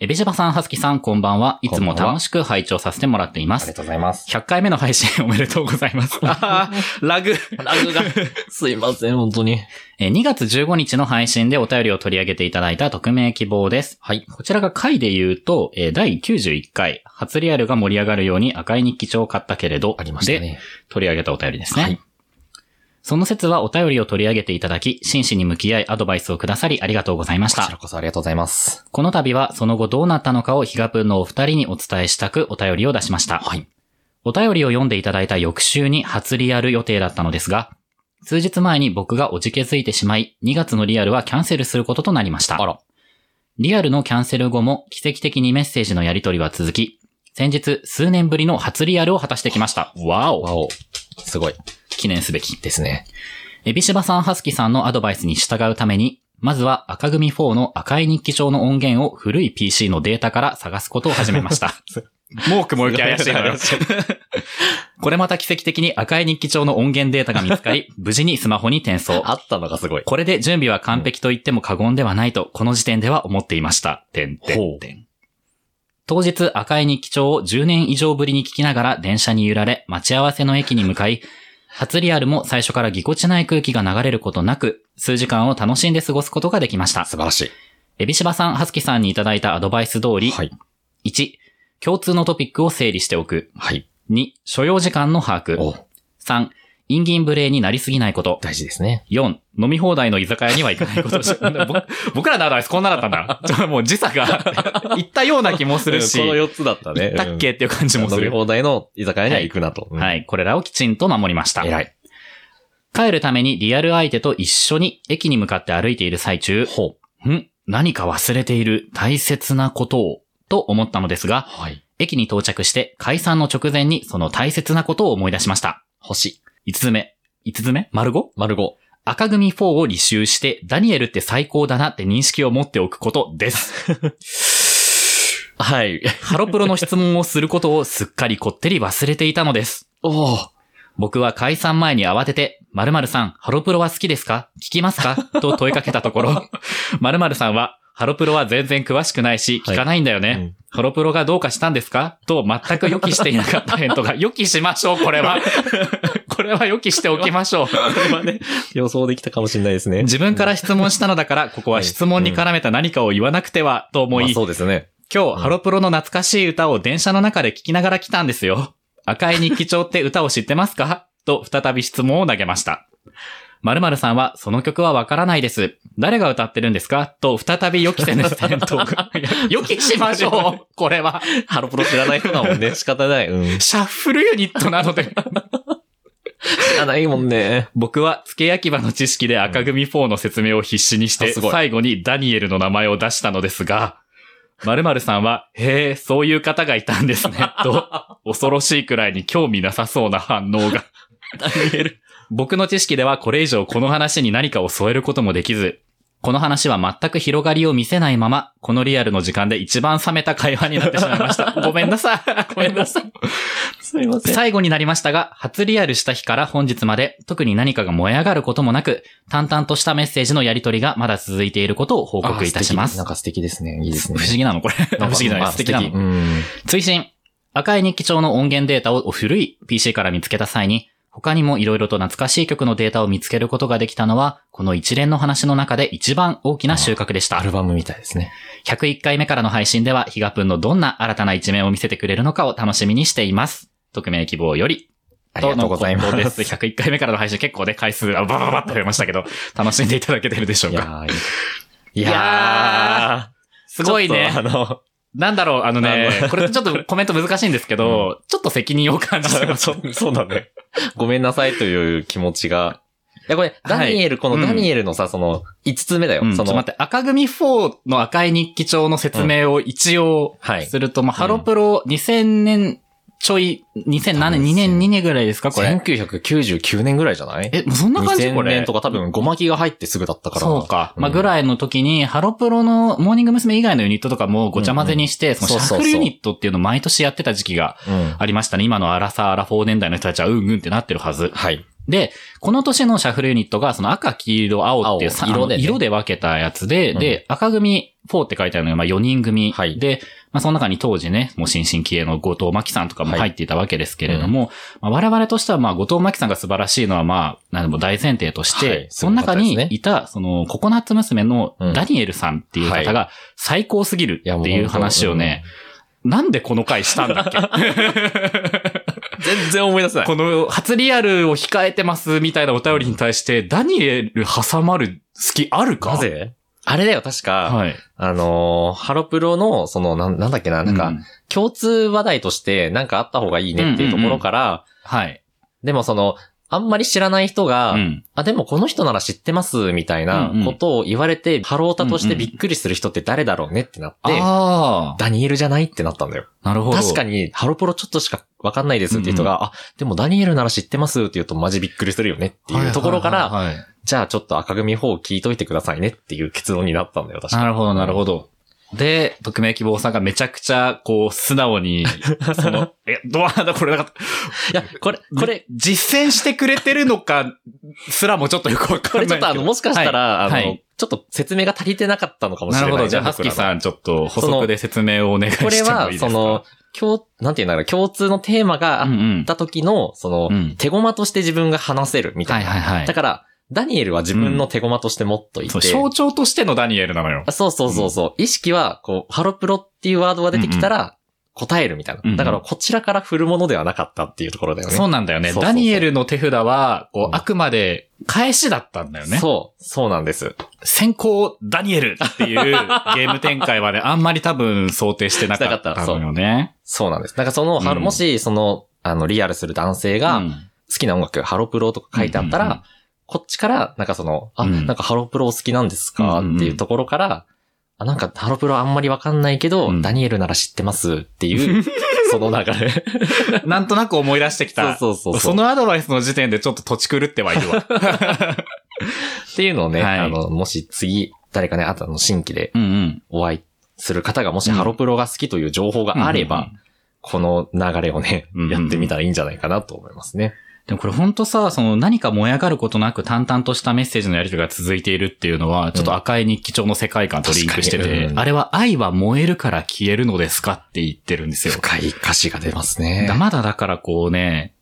[SPEAKER 3] えべじばさん、はすきさん、こんばんは。いつも
[SPEAKER 2] こんばんは
[SPEAKER 3] 楽しく拝聴させてもらっていま
[SPEAKER 2] あり
[SPEAKER 3] す
[SPEAKER 2] が。とうござい ます。
[SPEAKER 3] 100回目の配信おめでとうございます。あーラグ。
[SPEAKER 2] ラグが、すいません、本当に。
[SPEAKER 3] えー2月15日の配信でお便りを取り上げていただいた匿名希望です。はい。こちらが回で言うと、えー第91回、初リアルが盛り上がるように赤い日記帳を買ったけれど、
[SPEAKER 2] ありました
[SPEAKER 3] で
[SPEAKER 2] ね。
[SPEAKER 3] 取り上げたお便りですね。
[SPEAKER 2] はい
[SPEAKER 3] その説はお便りを取り上げていただき、真摯に向き合いアドバイスをくださりありがとうございまし
[SPEAKER 2] こちら
[SPEAKER 3] た。
[SPEAKER 2] こそありがとうございます。
[SPEAKER 3] この度はその後どうなったのかをヒガプンのお二人にお伝えしたくお便りを出しました。
[SPEAKER 2] はい。
[SPEAKER 3] お便りを読んでいただいた翌週に初リアル予定だったのですが、数日前に僕がおじけづいてしまい、2月のリアルはキャンセルすることとなりました。
[SPEAKER 2] あら
[SPEAKER 3] リアルのキャンセル後も奇跡的にメッセージのやり取りは続き、先日数年ぶりの初リアルを果たしてきました。わお
[SPEAKER 2] わお。すごい。
[SPEAKER 3] 記念すべき。
[SPEAKER 2] ですね。
[SPEAKER 3] エビシバさん、ハスキさんのアドバイスに従うために、まずは赤組4の赤い日記帳の音源を古い PC のデータから探 すことを始めました。もう雲行き怪しいのよ。 これまた奇跡的に赤い日記帳の音源データが見つかり、無事にスマホに転送。
[SPEAKER 2] あったのがすごい。
[SPEAKER 3] これで準備は完璧と言っても過言ではないと、この時点では思っていました。てんて
[SPEAKER 2] ほ
[SPEAKER 3] ん
[SPEAKER 2] う
[SPEAKER 3] てん。当日、赤い日記帳を10年以上ぶりに聞きながら電車に揺られ、待ち合わせの駅に向かい、初リアルも最初からぎこちない空気が流れることなく、数時間を楽しんで過ごすことができました
[SPEAKER 2] 素。晴らしい。
[SPEAKER 3] エビシバさん、ハスキさんにいただいたアドバイス通り、
[SPEAKER 2] はい。
[SPEAKER 3] 1、共通のトピックを整理しておく。
[SPEAKER 2] はい。
[SPEAKER 3] 2、所要時間の把握。
[SPEAKER 2] お、
[SPEAKER 3] 3、陰銀無礼になりすぎないこと。
[SPEAKER 2] 大事ですね。
[SPEAKER 3] 4、飲み放題の居酒屋には行かないことをし僕僕らのアドバイスこんなだったんだ。ちょもう時差が行ったような気もするし、
[SPEAKER 2] うんこの
[SPEAKER 3] 行
[SPEAKER 2] 4つだったね。
[SPEAKER 3] ったっけっていう感じ
[SPEAKER 2] うん
[SPEAKER 3] もす
[SPEAKER 2] 飲み
[SPEAKER 3] る。
[SPEAKER 2] 放題の居酒屋には行くなと。うん
[SPEAKER 3] はい、これらをきちんと守りました。
[SPEAKER 2] 偉い。
[SPEAKER 3] 帰るためにリアル相手と一緒に駅に向かって歩いている最中、ん何か忘れている大切なことを、と思ったのですが、
[SPEAKER 2] はい。
[SPEAKER 3] 駅に到着して解散の直前にその大切なことを思い出しました。
[SPEAKER 2] 星。
[SPEAKER 3] 5つ目。5つ目丸 5?
[SPEAKER 2] 丸五。
[SPEAKER 3] 赤組4を履修して、ダニエルって最高だなって認識を持っておくことです。
[SPEAKER 2] はい。
[SPEAKER 3] ハロプロの質問をすることをすっかりこってり忘れていたのです。
[SPEAKER 2] おー。
[SPEAKER 3] 僕は解散前に慌てて、〇〇さん、ハロプロは好きですか聞きますかと問いかけたところ、 〇〇さんは、ハロプロは全然詳しくないし、聞かないんだよね。
[SPEAKER 2] はいうん
[SPEAKER 3] ハロプロがどうかしたんですかと全く予期していなかった返答 が、予期しましょう、これは。これは予期しておきましょう。
[SPEAKER 2] これはね、予想できたかもしれないですね。
[SPEAKER 3] 自分から質問したのだから、ここは質問に絡めた何かを言わなくては、と思
[SPEAKER 2] まあ
[SPEAKER 3] い、
[SPEAKER 2] そうです ね。
[SPEAKER 3] 今
[SPEAKER 2] ん
[SPEAKER 3] 日、ハロプロの懐かしい歌を電車の中で聴きながら来たんですよ。赤い日記帳って歌を知ってますかと、再び質問を投げました。〇〇さんは、その曲はわからないです。誰が歌ってるんですかと、再び予期せぬ視点と、い や予期しましょうこれは、
[SPEAKER 2] ハロプロ知らない人だもんね。仕方ない。うん。
[SPEAKER 3] シャッフルユニットなので。
[SPEAKER 2] 知らないもんね。
[SPEAKER 3] 僕は付け焼き場の知識で赤組4の説明を必死にし
[SPEAKER 2] あ
[SPEAKER 3] て、
[SPEAKER 2] すごい
[SPEAKER 3] 最後にダニエルの名前を出したのですが、〇〇さんは、へえ、そういう方がいたんです ね、と、恐ろしいくらいに興味なさそうな反応が。
[SPEAKER 2] ダニエル。
[SPEAKER 3] 僕の知識ではこれ以上この話に何かを添えることもできず、この話は全く広がりを見せないまま、このリアルの時間で一番冷めた会話になってしまいました。ごめんなさい。ごめんなさい。
[SPEAKER 2] すいません。
[SPEAKER 3] 最後になりましたが、初リアルした日から本日まで、特に何かが燃え上がることもなく、淡々としたメッセージのやり取りがまだ続いていることを報告いたしま
[SPEAKER 2] あー素敵
[SPEAKER 3] す。
[SPEAKER 2] なんか素敵ですね。いいです
[SPEAKER 3] 不
[SPEAKER 2] ね。
[SPEAKER 3] 思議なのこれ。不思議な
[SPEAKER 2] ま
[SPEAKER 3] の
[SPEAKER 2] あ
[SPEAKER 3] 素敵なの。
[SPEAKER 2] うん。
[SPEAKER 3] 追伸。赤い日記帳の音源データを古い PC から見つけた際に、他にも色々と懐かしい曲のデータを見つけることができたのは、この一連の話の中で一番大きな収穫でした
[SPEAKER 2] ア。ルバムみたいですね。
[SPEAKER 3] 101回目からの配信では、ヒガプンのどんな新たな一面を見せてくれるのかを楽しみにしています。匿名希望より。
[SPEAKER 2] ありがとうございます
[SPEAKER 3] の ことです101回目からの配信結構ね、回数、あババババって増えましたけど、楽しんでいただけてるでしょう
[SPEAKER 2] い
[SPEAKER 3] か。
[SPEAKER 2] やーい
[SPEAKER 3] いやす
[SPEAKER 2] す
[SPEAKER 3] ごいね。
[SPEAKER 2] あの、
[SPEAKER 3] なんだろう、あの
[SPEAKER 2] あ
[SPEAKER 3] ね
[SPEAKER 2] の、
[SPEAKER 3] これちょっとコメント難しいんですけど、ちょっと責任を感じて ます。
[SPEAKER 2] そう そうだね。ごめんなさいという気持ちが。いや、これ、ダニエル、このダニエルのさ、その、5つ目だよ。
[SPEAKER 3] うんちょ
[SPEAKER 2] そ
[SPEAKER 3] っと
[SPEAKER 2] の、
[SPEAKER 3] 待って、赤組4の赤い日記帳の説明を一応
[SPEAKER 2] はい
[SPEAKER 3] すると、まあ、ハロプロ2000年ちょい、2000何年、2年、2年ぐらいですか、これ。
[SPEAKER 2] 1999年ぐらいじゃない
[SPEAKER 3] え、もうそんな感じこ
[SPEAKER 2] ?2000
[SPEAKER 3] れ。
[SPEAKER 2] 年とか多分、ゴマキが入ってすぐだったから。
[SPEAKER 3] そうか。
[SPEAKER 2] うん
[SPEAKER 3] まあ、ぐらいの時に、ハロプロのモーニング娘。以外のユニットとかもごちゃ混ぜにして、そのシャッ
[SPEAKER 2] そう
[SPEAKER 3] フル
[SPEAKER 2] そうそう
[SPEAKER 3] ユニットっていうのを毎年やってた時期が
[SPEAKER 2] うん。
[SPEAKER 3] ありましたね。今のアラサー、アラフォー年代の人たちはうんうんってなってるはず。
[SPEAKER 2] はい。
[SPEAKER 3] で、この年のシャッフルユニットが、その赤、黄色、青っていう
[SPEAKER 2] 青
[SPEAKER 3] さ
[SPEAKER 2] 色
[SPEAKER 3] あ
[SPEAKER 2] でね
[SPEAKER 3] の色で分けたやつで、
[SPEAKER 2] うん
[SPEAKER 3] で、赤組4って書いてあるのが、まあ4人組。
[SPEAKER 2] はい
[SPEAKER 3] で、まあその中に当時ね、もう新進気鋭の後藤真希さんとかも
[SPEAKER 2] はい
[SPEAKER 3] 入っていたわけですけれども、まあ我々としてはまあ後藤真希さんが素晴らしいのはまあ、なんでも大前提として、
[SPEAKER 2] はい
[SPEAKER 3] その中
[SPEAKER 2] すご
[SPEAKER 3] に
[SPEAKER 2] かったですね
[SPEAKER 3] いた、そのココナッツ娘の
[SPEAKER 2] うん
[SPEAKER 3] ダニエルさんっていう方が最高すぎる
[SPEAKER 2] やも
[SPEAKER 3] っ
[SPEAKER 2] う
[SPEAKER 3] ていう話をね、なんでこの回したんだっけ
[SPEAKER 2] 全然思い出せな
[SPEAKER 3] この、初リアルを控えてますみたいなお便りに対して、ダニエル挟まる隙あるか
[SPEAKER 2] なぜあれだよ、確か、
[SPEAKER 3] はい。
[SPEAKER 2] あのー、ハロプロの、その、なんなんだっけな、なん
[SPEAKER 3] う
[SPEAKER 2] か、共通話題として、なんかあった方がいいねっていうところから、
[SPEAKER 3] はい。
[SPEAKER 2] でもその、あんまり知らない人が、
[SPEAKER 3] うん
[SPEAKER 2] あ、でもこの人なら知ってます、みたいな
[SPEAKER 3] うんうん
[SPEAKER 2] ことを言われて、ハロータとしてびっくりする人って誰だろうねってなって、
[SPEAKER 3] ああ、
[SPEAKER 2] ダニエルじゃないってなったんだよ。
[SPEAKER 3] なるほど。
[SPEAKER 2] 確かに、ハロプロちょっとしかわかんないですっていう人が、あ、でもダニエルなら知ってますって言うとマジびっくりするよねっていうところか
[SPEAKER 3] は
[SPEAKER 2] ら、
[SPEAKER 3] いはいはいはい
[SPEAKER 2] じゃあちょっと赤組方を聞いといてくださいねっていう結論になったんだよ、確か
[SPEAKER 3] なるほど、なるほど。で、匿名希望さんがめちゃくちゃ、こう、素直 に、その、え、どうなんだ、これなんか、
[SPEAKER 2] いや、これ、これ、
[SPEAKER 3] 実践してくれてるのか、すらもちょっとよくわか
[SPEAKER 2] こ
[SPEAKER 3] んな
[SPEAKER 2] れ
[SPEAKER 3] い
[SPEAKER 2] ち
[SPEAKER 3] です
[SPEAKER 2] ょ
[SPEAKER 3] けど。
[SPEAKER 2] っとあの、もしかしたら、あの、
[SPEAKER 3] はい
[SPEAKER 2] ちょっと説明が足りてなかったのかもしれ
[SPEAKER 3] な
[SPEAKER 2] ない
[SPEAKER 3] る
[SPEAKER 2] ね。
[SPEAKER 3] ほど。じゃあ、ハスキー
[SPEAKER 2] 僕ら
[SPEAKER 3] さ
[SPEAKER 2] の
[SPEAKER 3] ん、ちょっと補足で説明をお願いしても
[SPEAKER 2] こ
[SPEAKER 3] いいで
[SPEAKER 2] れ
[SPEAKER 3] すか
[SPEAKER 2] は、その、、共、なんていうんだろう、共通のテーマがあ
[SPEAKER 3] うん
[SPEAKER 2] っ
[SPEAKER 3] うん。
[SPEAKER 2] た時の、その、
[SPEAKER 3] うん
[SPEAKER 2] 手駒として自分が話せるみた
[SPEAKER 3] はいい
[SPEAKER 2] な。
[SPEAKER 3] はいはい
[SPEAKER 2] だ。から、ダニエルは自分の手駒として持っとい
[SPEAKER 3] そ
[SPEAKER 2] て、
[SPEAKER 3] う象徴としてのダニエルなのよ。
[SPEAKER 2] あそうそうそうそう、意識は、こう、ハロプロっていうワードが出てきたら、答えるみたいな。
[SPEAKER 3] うんうん
[SPEAKER 2] だから、こちらから振るものではなかったっていうところだよね。
[SPEAKER 3] そうなんだよね。
[SPEAKER 2] そうそうそう
[SPEAKER 3] ダニエルの手札は、こ
[SPEAKER 2] う
[SPEAKER 3] う、
[SPEAKER 2] ん
[SPEAKER 3] あくまで返しだったんだよね。
[SPEAKER 2] そう、そうなんです。
[SPEAKER 3] 先行ダニエルっていうゲーム展開はね、あんまり多分想定してなかっ
[SPEAKER 2] したか
[SPEAKER 3] た
[SPEAKER 2] った
[SPEAKER 3] のよね。
[SPEAKER 2] そうなんです。だから、その、ハロ
[SPEAKER 3] うん
[SPEAKER 2] もし、その、あの、リアルする男性
[SPEAKER 3] う
[SPEAKER 2] が、
[SPEAKER 3] ん
[SPEAKER 2] 好きな音楽、ハロプロとか書いてあったら、
[SPEAKER 3] うんうんうん
[SPEAKER 2] こっちから、なんかその、あ、
[SPEAKER 3] うん
[SPEAKER 2] なんかハロプロお好きなんですか
[SPEAKER 3] うん
[SPEAKER 2] っ
[SPEAKER 3] うんうん
[SPEAKER 2] ていうところから、あ、なんかハロプロあんまりわかんないけど、
[SPEAKER 3] うん
[SPEAKER 2] ダニエルなら知ってますっ ていう、その流れ。
[SPEAKER 3] なんとなく思い出してきた。
[SPEAKER 2] そうそうそうそう
[SPEAKER 3] そのアドバイスの時点でちょっと土地狂ってはいるわ。
[SPEAKER 2] っていうのをね、
[SPEAKER 3] はい
[SPEAKER 2] あの、もし次、誰かね、あとあの新規で
[SPEAKER 3] うんうん。
[SPEAKER 2] お会いする方が、もしハロプロが好きという情報があれば、
[SPEAKER 3] うんうんうん
[SPEAKER 2] この流れをね
[SPEAKER 3] うんうん、
[SPEAKER 2] やってみたらいいんじゃないかなと思いますね。
[SPEAKER 3] でもこれほんとさ、その何か燃え上がることなく淡々としたメッセージのやり取りが続いているっていうのは、ちょっと赤い日記帳の世界観とリンクして
[SPEAKER 2] 確か
[SPEAKER 3] て、
[SPEAKER 2] にうん
[SPEAKER 3] あれは愛は燃えるから消えるのですかって言ってるんですよ。
[SPEAKER 2] 深い歌詞が出ますね。
[SPEAKER 3] だまだだからこうね、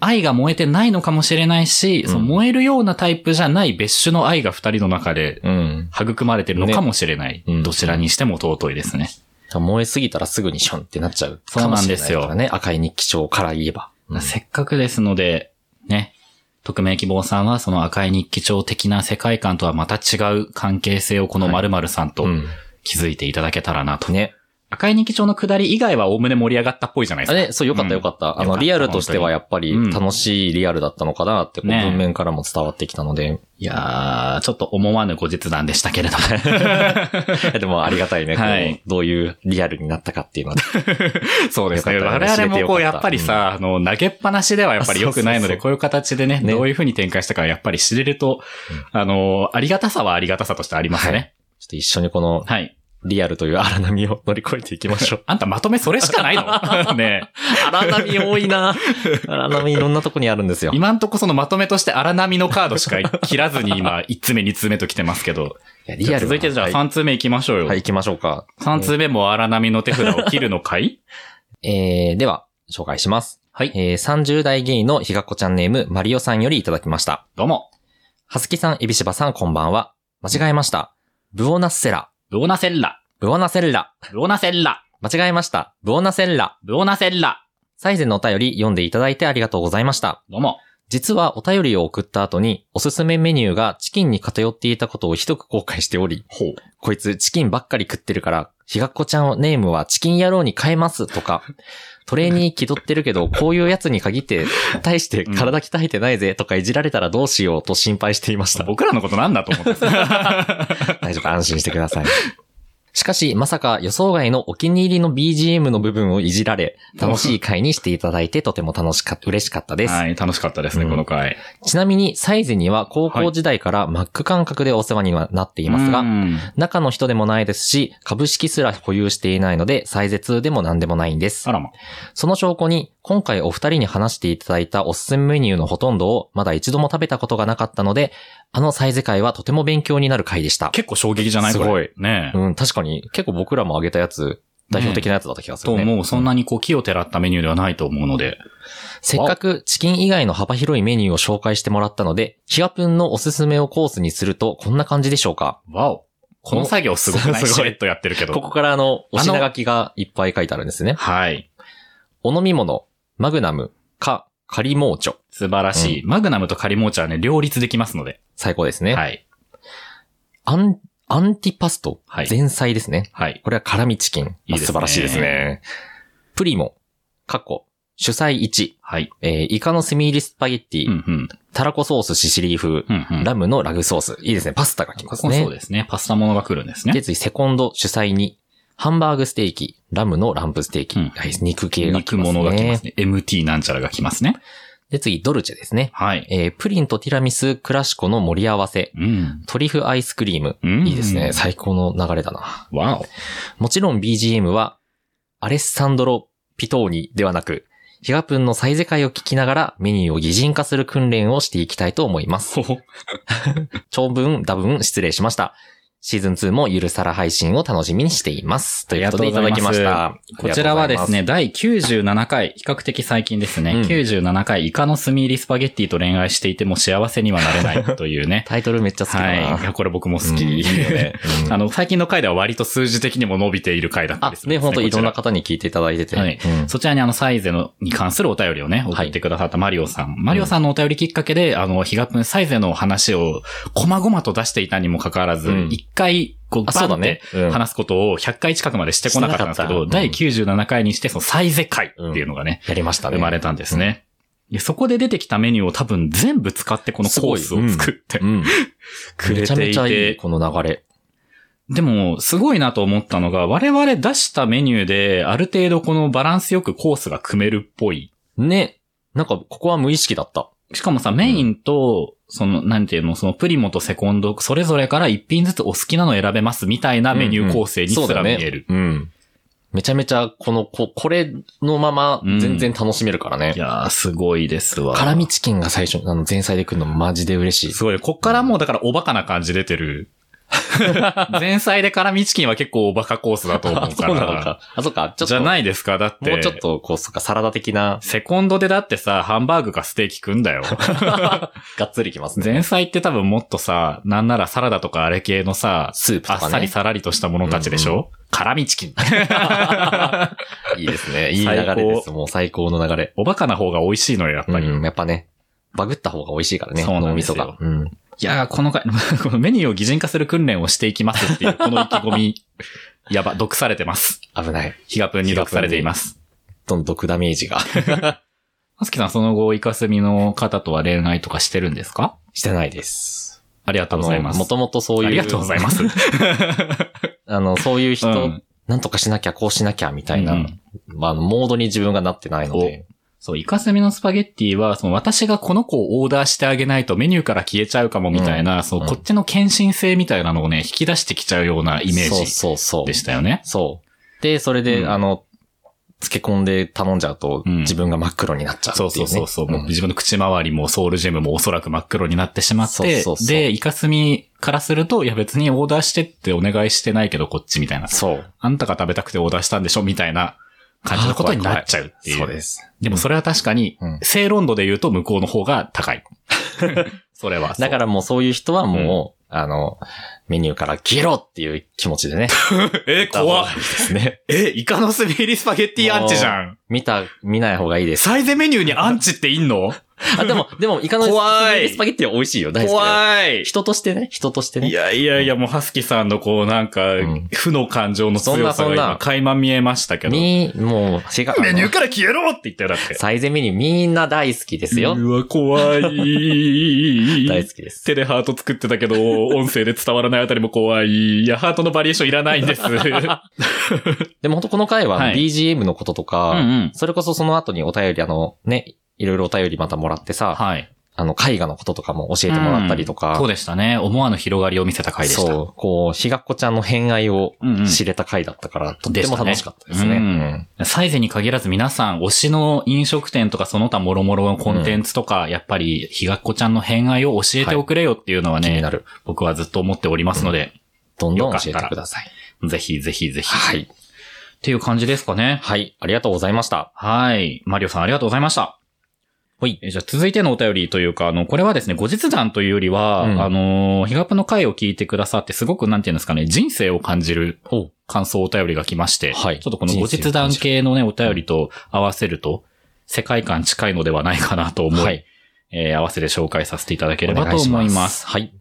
[SPEAKER 3] 愛が燃えてないのかもしれないし、
[SPEAKER 2] うん
[SPEAKER 3] その燃えるようなタイプじゃない別種の愛が二人の中で
[SPEAKER 2] うん。
[SPEAKER 3] 育まれてるのかもしれない。
[SPEAKER 2] ねうん
[SPEAKER 3] どちらにしても尊いですね。
[SPEAKER 2] 燃えすぎたらすぐにションってなっちゃう
[SPEAKER 3] そう
[SPEAKER 2] かも
[SPEAKER 3] なん
[SPEAKER 2] し
[SPEAKER 3] で
[SPEAKER 2] れ
[SPEAKER 3] す
[SPEAKER 2] ない
[SPEAKER 3] よ
[SPEAKER 2] からね。赤い日記帳から言えば。うん
[SPEAKER 3] せっかくですので、ね、匿名希望さんはその赤い日記帳的な世界観とはまた違う関係性をこの〇〇さんと
[SPEAKER 2] うん
[SPEAKER 3] 気づいていただけたらなと。
[SPEAKER 2] ね。
[SPEAKER 3] 赤い日記帳の下り以外は概ね盛り上がったっぽいじゃないで
[SPEAKER 2] あ
[SPEAKER 3] すか。
[SPEAKER 2] れ、そう、よかったよかった。あ
[SPEAKER 3] よかっ
[SPEAKER 2] の、
[SPEAKER 3] た
[SPEAKER 2] リアルとしてはやっぱり
[SPEAKER 3] 本当に
[SPEAKER 2] 楽しいリアルだったのかなって、こう
[SPEAKER 3] ね
[SPEAKER 2] 文面からも伝わってきたので。
[SPEAKER 3] い やー、ちょっと思わぬ後日談でしたけれども。
[SPEAKER 2] でもありがたいね。こう
[SPEAKER 3] はい
[SPEAKER 2] どういうリアルになったかっていうのは。
[SPEAKER 3] そうですね。
[SPEAKER 2] よかった
[SPEAKER 3] 我
[SPEAKER 2] よ
[SPEAKER 3] 々もこう、
[SPEAKER 2] 教えてよか
[SPEAKER 3] や
[SPEAKER 2] った
[SPEAKER 3] っぱりさ、あの、投げっぱなしではやっぱり良くないので、
[SPEAKER 2] そうそうそう
[SPEAKER 3] こういう形でね
[SPEAKER 2] ね
[SPEAKER 3] どういうふうに展開したかやっぱり知れると、あの、ありがたさはありがたさとしてありますね。
[SPEAKER 2] ちょっと一緒にこの
[SPEAKER 3] はい。
[SPEAKER 2] リアルという荒波を乗り越えていき ましょう。
[SPEAKER 3] あんたまとめそれしかない のねえ
[SPEAKER 2] 荒波多い な荒波いろんなとこにあるんですよ。い
[SPEAKER 3] 今んとこそのまとめとして荒波のカードしか切らずに 今、1通目2通目と来てますけど。
[SPEAKER 2] や
[SPEAKER 3] じゃあ続いてじゃあ
[SPEAKER 2] は
[SPEAKER 3] 3通目行きましょう
[SPEAKER 2] い、
[SPEAKER 3] よ。
[SPEAKER 2] はい行きましょうか。
[SPEAKER 3] 3通目も荒波の手札を切るのか い
[SPEAKER 2] えー、では、紹介します。
[SPEAKER 3] はい
[SPEAKER 2] えー、30代ゲイのひがっこちゃんネーム、マリオさんよりいただきました。
[SPEAKER 3] どうも。
[SPEAKER 2] はすきさん、えびしばさん、こんばんは。間違えました。ブオナッセラ。
[SPEAKER 3] ブオナセッラ。
[SPEAKER 2] ブオナセッラ。
[SPEAKER 3] ブオナセッラ。
[SPEAKER 2] 間違えました。ブオナセッラ。
[SPEAKER 3] ブオナセッラ。
[SPEAKER 2] サイゼンのお便り読んでいただいてありがとうございました。
[SPEAKER 3] どうも。
[SPEAKER 2] 実はお便りを送った後に、おすすめメニューがチキンに偏っていたことをひどく後悔しており、
[SPEAKER 3] ほう。
[SPEAKER 2] こいつチキンばっかり食ってるから、ひがっこちゃんをネームはチキン野郎に変えますとか、トレーニー気取ってるけど、こういうやつに限って、対して体鍛えてないぜとかいじられたらどうしようと心配していました。
[SPEAKER 3] 僕らのことなんだと思って
[SPEAKER 2] 大丈夫、安心してください。 しかし、まさか予想外のお気に入りの BGM の部分をいじられ、楽しい回にしていただいてとても楽しかった、嬉しかった です。
[SPEAKER 3] はい、楽しかったですね、
[SPEAKER 2] うん
[SPEAKER 3] この回。
[SPEAKER 2] ちなみに、サイズには高校時代からマック感覚でお世話にはなっていますが、
[SPEAKER 3] うん
[SPEAKER 2] 中の人でもないですし、株式すら保有していないので、サイゼ2でも何でもないんです
[SPEAKER 3] あ。らま。
[SPEAKER 2] その証拠に、今回お二人に話していただいたおすすめメニューのほとんどをまだ一度も食べたことがなかったので、あのサイゼ会はとても勉強になる回でした。
[SPEAKER 3] 結構衝撃じゃない
[SPEAKER 2] すごい
[SPEAKER 3] これねえ。
[SPEAKER 2] うん、確かに、結構僕らも挙げたやつ、代表的なやつだった気がす
[SPEAKER 3] と、
[SPEAKER 2] るね。
[SPEAKER 3] もうそんなにこう、木をてらったメニューではないと思うので。
[SPEAKER 2] せっかくチキン以外の幅広いメニューを紹介してもらったので、ヒガプンのおすすめをコースにするとこんな感じでしょうか
[SPEAKER 3] わお。この作業すごくない
[SPEAKER 2] すごい
[SPEAKER 3] しれっとやってるけ
[SPEAKER 2] こ
[SPEAKER 3] ど。
[SPEAKER 2] こからあの、お品
[SPEAKER 3] あの
[SPEAKER 2] 書きがいっぱい書いてあるんですね。
[SPEAKER 3] はい。
[SPEAKER 2] お飲み物、マグナム、か、カリモーチョ。
[SPEAKER 3] 素晴らしい。マグナムとカリモーチャはね、両立できますので。
[SPEAKER 2] 最高ですね。
[SPEAKER 3] はい。
[SPEAKER 2] アン、アンティパスト、
[SPEAKER 3] はい
[SPEAKER 2] 前菜ですね。
[SPEAKER 3] はい。
[SPEAKER 2] これは辛味チキン。
[SPEAKER 3] いいですね
[SPEAKER 2] 素晴らしいですね。プリモ、過去、主菜1、
[SPEAKER 3] はい。
[SPEAKER 2] えーイカの炭入りスパゲッティ、
[SPEAKER 3] うんうん。
[SPEAKER 2] タラコソースシシリー風、
[SPEAKER 3] うんうん。
[SPEAKER 2] ラムのラグソース。いいですね。パスタが来ま
[SPEAKER 3] こ
[SPEAKER 2] す
[SPEAKER 3] こも
[SPEAKER 2] ね。
[SPEAKER 3] そうですね。パスタものが来るんですね
[SPEAKER 2] で。次、セコンド主菜に、ハンバーグステーキ、ラムのランプステーキ。
[SPEAKER 3] うん
[SPEAKER 2] はい、肉系が来
[SPEAKER 3] 肉
[SPEAKER 2] ますね。
[SPEAKER 3] 物が来ますね。MT なんちゃらが来ますね。
[SPEAKER 2] で、次、ドルチェですね。
[SPEAKER 3] はい。
[SPEAKER 2] えー、プリンとティラミス、クラシコの盛り合わせ、
[SPEAKER 3] うん。
[SPEAKER 2] トリュフアイスクリーム。
[SPEAKER 3] うん
[SPEAKER 2] いいですね。最高の流れだな。
[SPEAKER 3] わお。
[SPEAKER 2] もちろん BGM は、アレッサンドロ・ピトーニではなく、ヒガプンの最世界を聞きながらメニューを擬人化する訓練をしていきたいと思います。 長文、多文、失礼しました。シーズン2もゆるさら配信を楽しみにしています。ということでいただきました。
[SPEAKER 3] こちらはです
[SPEAKER 2] あ
[SPEAKER 3] ね、第97回、比較的最近ですね、
[SPEAKER 2] うん。
[SPEAKER 3] 97回、イカの炭入りスパゲッティと恋愛していても幸せにはなれないというね
[SPEAKER 2] タイトルめっちゃ好きだな。
[SPEAKER 3] はい。いやこれ僕も好き。
[SPEAKER 2] うん
[SPEAKER 3] いいよね
[SPEAKER 2] う ん
[SPEAKER 3] あの、最近の回では割と数字的にも伸びている回だった
[SPEAKER 2] あ
[SPEAKER 3] りす、るん
[SPEAKER 2] ね、
[SPEAKER 3] ですね。
[SPEAKER 2] 本当い
[SPEAKER 3] こ
[SPEAKER 2] ろ
[SPEAKER 3] ち
[SPEAKER 2] ん
[SPEAKER 3] ら
[SPEAKER 2] な方に聞いていただいてて。
[SPEAKER 3] はい
[SPEAKER 2] うん
[SPEAKER 3] そちらにあの、サイゼの、に関するお便りをね、送ってくださったマリオさん。マリオさんのお便りきっかけで、あの、ヒガプンサイゼの話を、細々と出していたにもかかわらず、
[SPEAKER 2] うん
[SPEAKER 3] 一、回、こう、バ
[SPEAKER 2] あ、そう
[SPEAKER 3] ン
[SPEAKER 2] だ
[SPEAKER 3] って
[SPEAKER 2] ね。うん
[SPEAKER 3] 話すことを100回近くまでしてこなかったんですけど、
[SPEAKER 2] してなか
[SPEAKER 3] 第
[SPEAKER 2] った
[SPEAKER 3] 97回にして、そのサイゼ回っていうのがね、
[SPEAKER 2] やりましたね。
[SPEAKER 3] 生まれたんですね。いやそこで出てきたメニューを多分全部使ってこのコースを作って
[SPEAKER 2] うん。
[SPEAKER 3] くれ
[SPEAKER 2] めちゃ
[SPEAKER 3] て
[SPEAKER 2] め
[SPEAKER 3] い
[SPEAKER 2] ちゃいい、
[SPEAKER 3] て、
[SPEAKER 2] この流れ。
[SPEAKER 3] でも、すごいなと思ったのが、我々出したメニューで、ある程度このバランスよくコースが組めるっぽい。
[SPEAKER 2] ね。なんか、ここは無意識だった。
[SPEAKER 3] しかもさ、メインと、その、なんていうの、そのプリモとセコンド、それぞれから一品ずつお好きなの選べますみたいなメニュー構成にす
[SPEAKER 2] そうだ
[SPEAKER 3] ら
[SPEAKER 2] よ
[SPEAKER 3] 見
[SPEAKER 2] ね
[SPEAKER 3] える。。
[SPEAKER 2] うん。めちゃめちゃ、この、こ、これのまま
[SPEAKER 3] うん、
[SPEAKER 2] 全然楽しめるからね
[SPEAKER 3] い。やー、すごいですわ。
[SPEAKER 2] 辛味チキンが最初、あの、前菜で来るのマジで嬉しい。
[SPEAKER 3] すごい。こっからもうだからおバカな感じ出て る。前菜で辛味チキンは結構おバカコースだと思う
[SPEAKER 2] あ
[SPEAKER 3] か
[SPEAKER 2] そうなの
[SPEAKER 3] ら。
[SPEAKER 2] か。あ、そうか。ちょっと。。
[SPEAKER 3] じゃないいですかだって。
[SPEAKER 2] もうちょっと、こう、そっか、サラダ的な、
[SPEAKER 3] セコンドでだってさ、ハンバーグかステーキ食うん だよ。
[SPEAKER 2] がっつりきますね。
[SPEAKER 3] 前菜って多分もっとさ、なんならサラダとかあれ系のさ、
[SPEAKER 2] スープと
[SPEAKER 3] あっ
[SPEAKER 2] か
[SPEAKER 3] さり
[SPEAKER 2] ね。
[SPEAKER 3] さらりとしたものたちでしょ、辛味チキン。
[SPEAKER 2] いいですね。いい流
[SPEAKER 3] 最高
[SPEAKER 2] れです。もう最高の流れ。
[SPEAKER 3] おバカな方が美味しいのよ、やっぱり。
[SPEAKER 2] うん、やっぱね。バグった方が美味しいからね。
[SPEAKER 3] そうなん
[SPEAKER 2] 脳
[SPEAKER 3] で
[SPEAKER 2] み
[SPEAKER 3] すよ
[SPEAKER 2] そが。うん。
[SPEAKER 3] いやー、この回、 このメニューを擬人化する訓練をしていきます っていう、この意気込み、やば、毒されてます。
[SPEAKER 2] 危ない。
[SPEAKER 3] ヒガプンに毒されています。
[SPEAKER 2] どんどん毒ダメージが
[SPEAKER 3] ハスキさん、その後、イカスミの方とは恋愛とかしてるんですか
[SPEAKER 2] してないです。
[SPEAKER 3] ありがとうございます。
[SPEAKER 2] もともとそういう。
[SPEAKER 3] ありがとうございます。
[SPEAKER 2] あの、そういう 人、
[SPEAKER 3] うん
[SPEAKER 2] なんとかしなきゃ、こうしなきゃ、みたいな、
[SPEAKER 3] うん
[SPEAKER 2] まあ、モードに自分がなってないので。
[SPEAKER 3] そう、イカスミのスパゲッティは、その私がこの子をオーダーしてあげないとメニューから消えちゃうかもみたいな、そう、
[SPEAKER 2] うん
[SPEAKER 3] こっちの献身性みたいなのをね、引き出してきちゃうようなイメ
[SPEAKER 2] そ
[SPEAKER 3] ー
[SPEAKER 2] う
[SPEAKER 3] ジ
[SPEAKER 2] そうそう。
[SPEAKER 3] でしたよね。
[SPEAKER 2] そう。で、それで、
[SPEAKER 3] うん
[SPEAKER 2] あの、付け込んで頼んじゃうと、
[SPEAKER 3] うん
[SPEAKER 2] 自分が真っ黒になっちゃうって
[SPEAKER 3] そ
[SPEAKER 2] いう
[SPEAKER 3] そ
[SPEAKER 2] ね。
[SPEAKER 3] うそうそう、もううん自分の口周りもソウルジェムもおそらく真っ黒になってしまって、
[SPEAKER 2] そうそうそう
[SPEAKER 3] で、イカスミからすると、いや別にオーダーしてってお願いしてないけどこっちみたいな。
[SPEAKER 2] そう。
[SPEAKER 3] あんたが食べたくてオーダーしたんでしょみたいな感じのことになっちゃうっていう。
[SPEAKER 2] そうです。
[SPEAKER 3] でもそれは確かに、
[SPEAKER 2] うん
[SPEAKER 3] 正論度で言うと向こうの方が高 い。それはそう。
[SPEAKER 2] だからもうそういう人はもう、あの、メニューから消えろっていう気持ちでね。
[SPEAKER 3] え、 怖っ
[SPEAKER 2] で。すね。
[SPEAKER 3] え、イカの炭入りスパゲッティアンチじゃん。
[SPEAKER 2] 見た、見ない方がいいです。
[SPEAKER 3] サイゼメニューにアンチっていんの
[SPEAKER 2] あ、でも、でも、イカの
[SPEAKER 3] 怖い
[SPEAKER 2] スパゲッティは美味しいよ。大好きだよ
[SPEAKER 3] 怖い。
[SPEAKER 2] 人としてね、人として
[SPEAKER 3] い
[SPEAKER 2] ね。
[SPEAKER 3] やいやいや、もうハスキさんのこうなんか
[SPEAKER 2] ん、
[SPEAKER 3] 負の感情の強さ
[SPEAKER 2] そ
[SPEAKER 3] が
[SPEAKER 2] んなそんな
[SPEAKER 3] 今、垣間見えましたけど。メ
[SPEAKER 2] み、もう、せが、
[SPEAKER 3] ニューから消えろって言ったよ、だって。
[SPEAKER 2] サイゼミニみんな大好きですよ。
[SPEAKER 3] うわ、怖
[SPEAKER 2] 大
[SPEAKER 3] い。
[SPEAKER 2] 好きです。
[SPEAKER 3] 手でハート作ってたけど、音声で伝わらないあたりも怖い。いや、ハートのバリエーションいらないん です。う
[SPEAKER 2] でも本当この回は
[SPEAKER 3] はい
[SPEAKER 2] BGM のこととか、
[SPEAKER 3] ん。
[SPEAKER 2] それこそその後にお便りあのね、いろいろお便りまたもらってさ、
[SPEAKER 3] はい。
[SPEAKER 2] あの絵画のこととかも教えてもらったりとか、
[SPEAKER 3] そうでしたね。思わぬ広がりを見せた回でした。
[SPEAKER 2] そう、こう、ひがっこちゃんの偏愛を
[SPEAKER 3] うんうん
[SPEAKER 2] 知れた回だったから、とっても楽しかったです
[SPEAKER 3] で
[SPEAKER 2] ね。
[SPEAKER 3] したねサイゼに限らず皆さん、推しの飲食店とかその他諸々のコンテンツとか、やっぱり、ひがっこちゃんの偏愛を教えておくれよっていうのは
[SPEAKER 2] 気に
[SPEAKER 3] ね、
[SPEAKER 2] なる。
[SPEAKER 3] 僕はずっと思っておりますので、
[SPEAKER 2] どんどん
[SPEAKER 3] よか
[SPEAKER 2] 教
[SPEAKER 3] ったら
[SPEAKER 2] えてください。
[SPEAKER 3] ぜひぜひぜひ。
[SPEAKER 2] は
[SPEAKER 3] っ
[SPEAKER 2] い。
[SPEAKER 3] ていう感じですかね。
[SPEAKER 2] はい。ありがとうございました。
[SPEAKER 3] はい。マリオさんありがとうございました。
[SPEAKER 2] はい。
[SPEAKER 3] えじゃあ続いてのお便りというか、あの、これはですね、後日談というよりは、
[SPEAKER 2] うん
[SPEAKER 3] あのー、ひがぷの回を聞いてくださって、すごくなんていうんですかね、人生を感じる感想お便りが来まして、
[SPEAKER 2] はい
[SPEAKER 3] ちょっとこの後日談系のね、お便りと合わせると、世界観近いのではないかなと思い、
[SPEAKER 2] はい。
[SPEAKER 3] えー合わせて紹介させていただけ
[SPEAKER 2] お
[SPEAKER 3] れば
[SPEAKER 2] 願
[SPEAKER 3] と
[SPEAKER 2] いし
[SPEAKER 3] 思いま
[SPEAKER 2] ますす。。はい。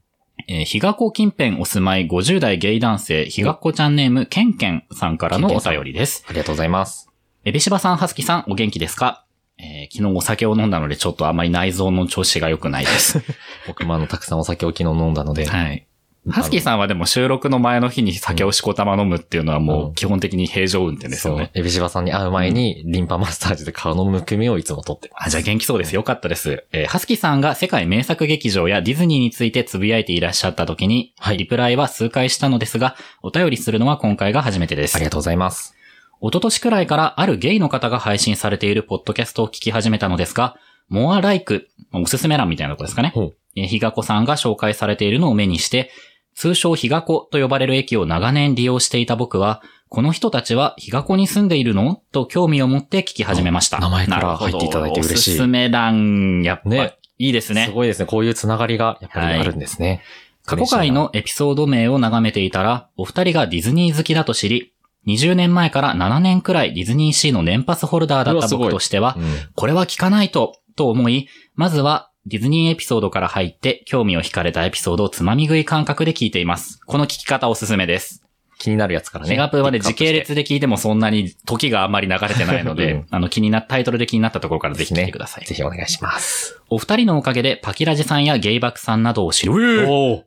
[SPEAKER 3] えー、ひがこ近辺お住まい50代ゲイ男性、ひがこちゃんネーム、けんけんさんからのお便りです。
[SPEAKER 2] ありがとうございます。
[SPEAKER 3] エビシバさん、ハスキさん、お元気ですかえー昨日お酒を飲んだので、ちょっとあまり内臓の調子が良くない です。
[SPEAKER 2] 僕もあの、たくさんお酒を昨日飲んだので、
[SPEAKER 3] はい。ハスキさんはでも収録の前の日に酒をしこたま飲むっていうのはもう基本的に平常運転です
[SPEAKER 2] そ
[SPEAKER 3] よ
[SPEAKER 2] う
[SPEAKER 3] ね。、
[SPEAKER 2] エビシバさんに会う前に、リンパマッサージで顔のむくみをいつも取ってます。
[SPEAKER 3] あ、じゃあ元気そうです。よかったです。えーハスキさんが世界名作劇場やディズニーについてつぶやいていらっしゃった時に、リプライは数回したのですが、お便りするのは今回が初めてです。
[SPEAKER 2] ありがとうございます。
[SPEAKER 3] 一昨年くらいからあるゲイの方が配信されているポッドキャストを聞き始めたのですが、モアライク、まあおすすめ欄みたいなとこですかね
[SPEAKER 2] ほう。
[SPEAKER 3] えーひがこさんが紹介されているのを目にして、通称ひがこと呼ばれる駅を長年利用していた僕は、この人たちはひがこに住んでいるのと興味を持って聞き始めました。
[SPEAKER 2] あ名前から
[SPEAKER 3] なるほど
[SPEAKER 2] 入っていただいて嬉しい
[SPEAKER 3] おすすめ欄、やっぱ、
[SPEAKER 2] ね
[SPEAKER 3] いいですね
[SPEAKER 2] す。ごいですね。こういうつながりがやっぱりあるんですね。
[SPEAKER 3] 過去回のエピソード名を眺めていたら、お二人がディズニー好きだと知り、20年前から7年くらいディズニーシーの年パスホルダーだ
[SPEAKER 2] う
[SPEAKER 3] った
[SPEAKER 2] わすご
[SPEAKER 3] 僕
[SPEAKER 2] い
[SPEAKER 3] としては、
[SPEAKER 2] うん
[SPEAKER 3] これは聞かないと、と思い、まずはディズニーエピソードから入って、興味を惹かれたエピソードをつまみ食い感覚で聞いています。この聞き方おすすめです。
[SPEAKER 2] 気になるやつからね。
[SPEAKER 3] シガプーはね、
[SPEAKER 2] ピッ
[SPEAKER 3] 時
[SPEAKER 2] クア
[SPEAKER 3] 系
[SPEAKER 2] ップして
[SPEAKER 3] 列で聞いてもそんなに時があんまり流れてないので、
[SPEAKER 2] うん
[SPEAKER 3] あの、気にな、タイトルで気になったところからぜひ
[SPEAKER 2] で
[SPEAKER 3] 聞
[SPEAKER 2] す
[SPEAKER 3] い
[SPEAKER 2] ね
[SPEAKER 3] てください。
[SPEAKER 2] ぜひお願いします。
[SPEAKER 3] お二人のおかげで、パキラジさんやゲイバクさんなどを知る。
[SPEAKER 2] お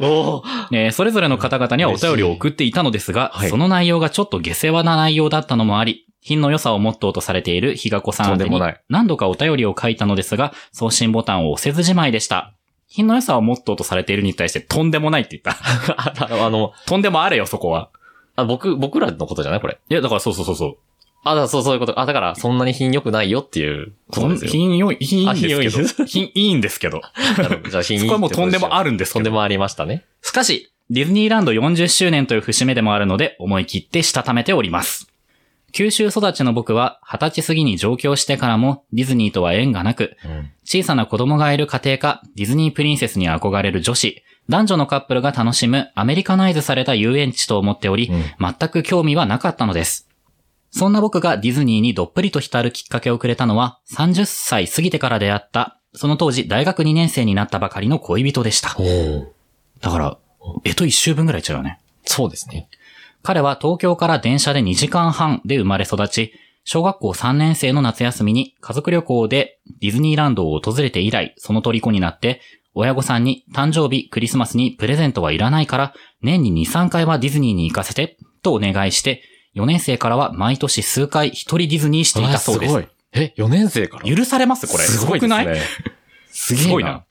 [SPEAKER 2] お お
[SPEAKER 3] えーそれぞれの方々にはお便りを送っていたのですが、
[SPEAKER 2] 嬉しいはい
[SPEAKER 3] その内容がちょっと下世話な内容だったのもあり、品の良さをモットーとされているひがこさん宛て
[SPEAKER 2] とんで
[SPEAKER 3] に
[SPEAKER 2] もない
[SPEAKER 3] 何度かお便りを書いたのですが、送信ボタンを押せずじまいでした。品の良さをモットーとされているに対してとんでもないって言った。
[SPEAKER 2] ああの、
[SPEAKER 3] とんでもあれよ、そこは。
[SPEAKER 2] あ僕、僕らのことじゃないこれ。
[SPEAKER 3] いや、だからそうそうそうそう。
[SPEAKER 2] あ、だからそう、そういうこと。あ、だから、そんなに品良くないよっていうことですよ。
[SPEAKER 3] 品良い、品いいん
[SPEAKER 2] あ品良い
[SPEAKER 3] で
[SPEAKER 2] です
[SPEAKER 3] けど。品いいんですけ ど。
[SPEAKER 2] なるほどじゃあ品
[SPEAKER 3] そこはもうとんでもあ
[SPEAKER 2] る。
[SPEAKER 3] るんです
[SPEAKER 2] と
[SPEAKER 3] け
[SPEAKER 2] んで
[SPEAKER 3] ど。
[SPEAKER 2] もありましたね。
[SPEAKER 3] しかし、ディズニーランド40周年という節目でもあるので、思い切ってしたためております。九州育ちの僕は、二十歳過ぎに上京してからも、ディズニーとは縁がなく、小さな子供がいる家庭か、ディズニープリンセスに憧れる女子、男女のカップルが楽しむアメリカナイズされた遊園地と思っており、
[SPEAKER 2] うん
[SPEAKER 3] 全く興味はなかったのです。そんな僕がディズニーにどっぷりと浸るきっかけをくれたのは、30歳過ぎてから出会った、その当時大学2年生になったばかりの恋人でした。だから、えと1週分ぐらい違うね。
[SPEAKER 2] そうですね。
[SPEAKER 3] 彼は東京から電車で2時間半で生まれ育ち、小学校3年生の夏休みに家族旅行でディズニーランドを訪れて以来、その虜になって、親御さんに誕生日、クリスマスにプレゼントはいらないから、年に2、3回はディズニーに行かせて、とお願いして、4年生からは毎年数回一人ディズニーしていたそうです。
[SPEAKER 2] ごい。え、4年生から
[SPEAKER 3] 許されますこれ。
[SPEAKER 2] です
[SPEAKER 3] ない
[SPEAKER 2] ねす
[SPEAKER 3] す
[SPEAKER 2] ご
[SPEAKER 3] ご
[SPEAKER 2] い
[SPEAKER 3] い
[SPEAKER 2] な
[SPEAKER 3] な。。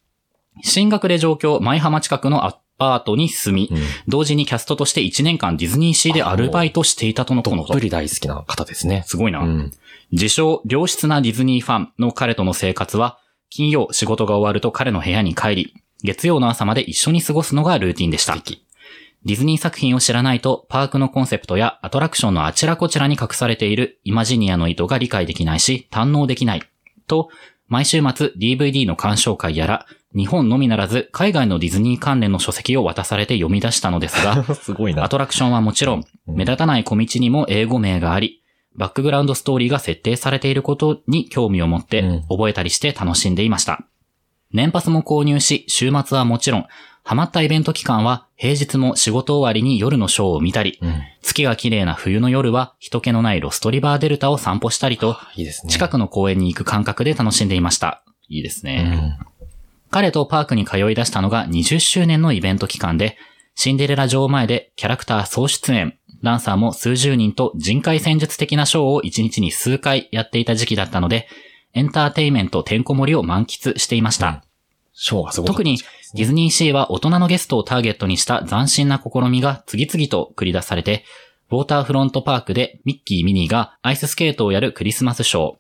[SPEAKER 3] 進学で上京、舞浜近くのアパートに住み、
[SPEAKER 2] うん
[SPEAKER 3] 同時にキャストとして1年間ディズニーシーでアルバイトしていたとのこ
[SPEAKER 2] ど
[SPEAKER 3] の
[SPEAKER 2] っぷり大好きな方ですね。
[SPEAKER 3] すごいうな。
[SPEAKER 2] ん。
[SPEAKER 3] 自称、良質なディズニーファンの彼との生活は、金曜仕事が終わると彼の部屋に帰り、月曜の朝まで一緒に過ごすのがルーティンでした。ディズニー作品を知らないと、パークのコンセプトやアトラクションのあちらこちらに隠されているイマジニアの意図が理解できないし、堪能できない。と、毎週末 DVD の鑑賞会やら、日本のみならず海外のディズニー関連の書籍を渡されて読み出したのですが、
[SPEAKER 2] すごい
[SPEAKER 3] ア
[SPEAKER 2] な。
[SPEAKER 3] トラクションはもちろん、
[SPEAKER 2] うん
[SPEAKER 3] 目立たない小道にも英語名があり、バックグラウンドストーリーが設定されていることに興味を持って
[SPEAKER 2] うん、
[SPEAKER 3] 覚えたりして楽しんでいました。年パスも購入し、週末はもちろん、ハマったイベント期間は平日も仕事終わりに夜のショーを見たり、
[SPEAKER 2] うん
[SPEAKER 3] 月が綺麗な冬の夜は人気のないロストリバーデルタを散歩したりと、
[SPEAKER 2] いいですね。
[SPEAKER 3] 近くの公園に行く感覚で楽しんでいました。いいです
[SPEAKER 2] う
[SPEAKER 3] ね。
[SPEAKER 2] ん
[SPEAKER 3] 彼とパークに通い出したのが20周年のイベント期間で、シンデレラ城前でキャラクター総出演、ダンサーも数十人と人海戦術的なショーを1日に数回やっていた時期だったので、エンターテイメントてんこ盛りを満喫していました。
[SPEAKER 2] ショーがすごい。
[SPEAKER 3] 特にディズニーシーは大人のゲストをターゲットにした斬新な試みが次々と繰り出されて、ウォーターフロントパークでミッキー・ミニーがアイススケートをやるクリスマスショー。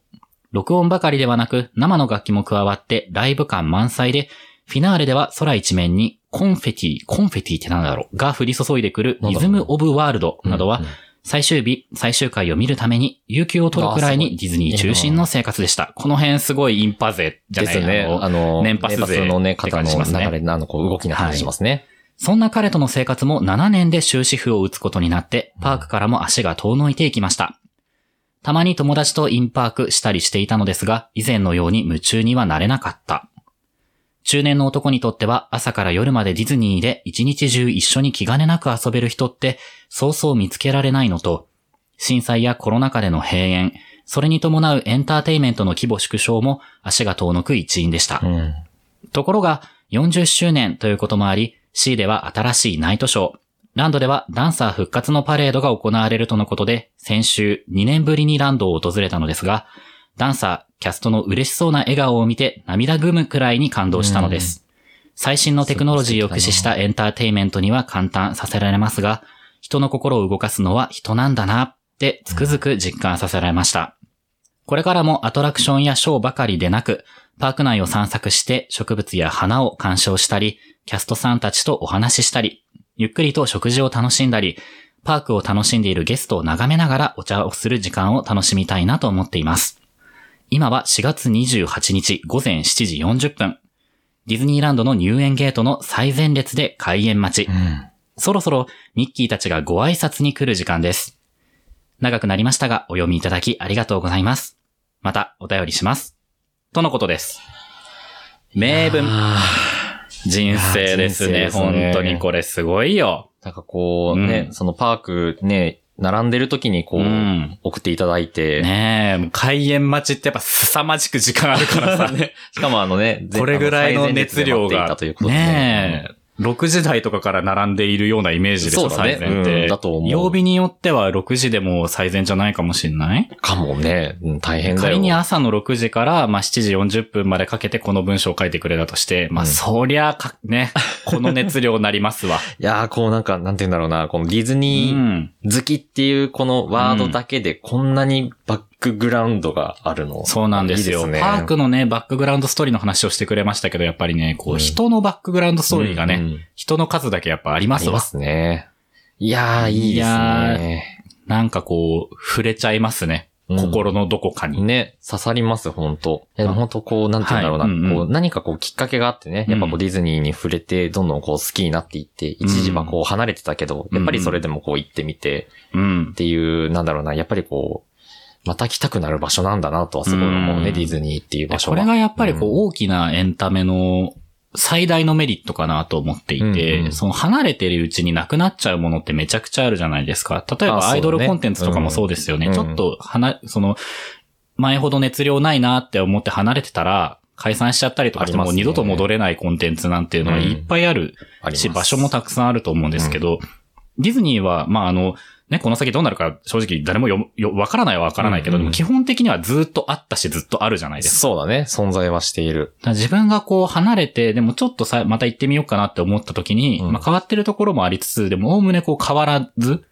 [SPEAKER 3] 録音ばかりではなく生の楽器も加わってライブ感満載で、フィナーレでは空一面にコンフェティ、コンフェティってなんだろうが降り注いでくる
[SPEAKER 2] なん
[SPEAKER 3] リ
[SPEAKER 2] だ
[SPEAKER 3] ズ
[SPEAKER 2] ろう
[SPEAKER 3] ム・オブ・ワールドなど
[SPEAKER 2] う
[SPEAKER 3] は
[SPEAKER 2] んうん
[SPEAKER 3] 最終日、最終回を見るために有給を取るくらい
[SPEAKER 2] あすご
[SPEAKER 3] に
[SPEAKER 2] い
[SPEAKER 3] ディズニー中心の生活でした。この辺すごいインパ勢じゃ
[SPEAKER 2] で
[SPEAKER 3] ない
[SPEAKER 2] すね。
[SPEAKER 3] あの
[SPEAKER 2] あの、
[SPEAKER 3] 年パス勢
[SPEAKER 2] のね、
[SPEAKER 3] って
[SPEAKER 2] 方
[SPEAKER 3] 感じしますね
[SPEAKER 2] の流れのあの、こう、動きの話しますね。
[SPEAKER 3] そんな彼との生活も7年で終止符を打つことになって、パークからも足が遠のいていきました。たまに友達とインパークしたりしていたのですが、以前のように夢中にはなれなかった。中年の男にとっては朝から夜までディズニーで一日中一緒に気兼ねなく遊べる人ってそうそう見つけられないのと、震災やコロナ禍での閉園、それに伴うエンターテイメントの規模縮小も足が遠のく一因でした。
[SPEAKER 2] うん。
[SPEAKER 3] ところが、40周年ということもあり、C では新しいナイトショー、ランドではダンサー復活のパレードが行われるとのことで、先週2年ぶりにランドを訪れたのですが、ダンサー、キャストの嬉しそうな笑顔を見て涙ぐむくらいに感動したのです。最新のテクノロジーを駆使したエンターテイメントには簡単させられますが、人の心を動かすのは人なんだなってつくづく実感させられました。これからもアトラクションやショーばかりでなく、パーク内を散策して植物や花を鑑賞したり、キャストさんたちとお話ししたり、ゆっくりと食事を楽しんだり、パークを楽しんでいるゲストを眺めながらお茶をする時間を楽しみたいなと思っています。今は4月28日午前7時40分。ディズニーランドの入園ゲートの最前列で開園待ち。そろそろミッキーたちがご挨拶に来る時間です。長くなりましたが、お読みいただきありがとうございます。またお便りします。とのことです。名文。人生ですね。
[SPEAKER 2] いやー人生ですね
[SPEAKER 3] 本当にこれすごいよ。
[SPEAKER 2] なんかこうね、
[SPEAKER 3] うん
[SPEAKER 2] そのパークね、並んでる時にこう、
[SPEAKER 3] うん
[SPEAKER 2] 送っていただいて、
[SPEAKER 3] ねえ、もう開演待ちってやっぱ凄まじく時間あるから さ。ね
[SPEAKER 2] しかもあのね、
[SPEAKER 3] これぐらいの熱量が
[SPEAKER 2] あの最前列で待っていたということで
[SPEAKER 3] え。6時台とかから並んでいるようなイメージでし
[SPEAKER 2] そ
[SPEAKER 3] ょ、
[SPEAKER 2] うだね
[SPEAKER 3] 最前っ
[SPEAKER 2] うん
[SPEAKER 3] て
[SPEAKER 2] だ。と思う。
[SPEAKER 3] 曜日によっては6時でも最前じゃないかもしんない
[SPEAKER 2] かもね、うん大変だよ。
[SPEAKER 3] 仮に朝の6時から、まあ、7時40分までかけてこの文章を書いてくれたとして、まあ、
[SPEAKER 2] うん
[SPEAKER 3] そりゃか、ね、この熱量になりますわ。
[SPEAKER 2] いやー、こうなんか、なんて言うんだろうな、このディ ズ
[SPEAKER 3] う
[SPEAKER 2] ニー
[SPEAKER 3] ん。
[SPEAKER 2] 好きっていうこのワードだけでこんなにバックグラウンドがあるの。
[SPEAKER 3] そうなんですよ
[SPEAKER 2] いいね
[SPEAKER 3] パークのね、バックグラウンドストーリーの話をしてくれましたけど、やっぱりね、こ
[SPEAKER 2] う
[SPEAKER 3] う、
[SPEAKER 2] ん
[SPEAKER 3] 人のバックグラウンドストーリーがね、
[SPEAKER 2] うんうん
[SPEAKER 3] 人の数だけやっぱありま
[SPEAKER 2] あ
[SPEAKER 3] す
[SPEAKER 2] り
[SPEAKER 3] わ
[SPEAKER 2] ま。すね。いやー、いいですね。
[SPEAKER 3] なんかこう、触れちゃいますね。
[SPEAKER 2] うん
[SPEAKER 3] 心のどこかに。
[SPEAKER 2] ね、刺さります、本当いや、本当こう、なんて言うんだろうな、
[SPEAKER 3] はいうんうん
[SPEAKER 2] こう、何かこう、きっかけがあってね、やっぱこう、ディズニーに触れて、どんどんこう、好きになっていって、一時はこう、離れてたけど、やっぱりそれでもこう、行ってみて、
[SPEAKER 3] うん
[SPEAKER 2] っ。ていう、なんだろうな、やっぱりこう、また来たくなる場所なんだなとはすごい思うね、
[SPEAKER 3] うん
[SPEAKER 2] ディズニーっていう場所
[SPEAKER 3] こ
[SPEAKER 2] は。
[SPEAKER 3] れがやっぱりこう
[SPEAKER 2] うん、
[SPEAKER 3] 大きなエンタメの最大のメリットかなと思っていて、
[SPEAKER 2] うんうん
[SPEAKER 3] その離れてるうちになくなっちゃうものってめちゃくちゃあるじゃないですか。例え
[SPEAKER 2] あそう
[SPEAKER 3] ば
[SPEAKER 2] ね
[SPEAKER 3] アイドルコンテンツとかもそうですよね。
[SPEAKER 2] うん
[SPEAKER 3] ちょっと、はな、その、前ほど熱量ないなって思って離れてたら、解散しちゃったりとかして
[SPEAKER 2] あり
[SPEAKER 3] も
[SPEAKER 2] ま
[SPEAKER 3] う
[SPEAKER 2] すね
[SPEAKER 3] 二度と戻れないコンテンツなんていうのはいっぱいある
[SPEAKER 2] あります
[SPEAKER 3] し、場所もたくさんあると思うんですけど、ディズニーは、まあ、あの、ね、この先どうなるか正直誰もよ、よ、わからないはわからないけど、
[SPEAKER 2] うんう
[SPEAKER 3] で
[SPEAKER 2] ん
[SPEAKER 3] も基本的にはずっとあったしずっとあるじゃないですか。
[SPEAKER 2] そうだね、存在はしている。
[SPEAKER 3] だから自分がこう離れて、でもちょっとさ、また行ってみようかなって思った時に、
[SPEAKER 2] うん
[SPEAKER 3] まあ変わってるところもありつつ、でも概ねこう変わらず、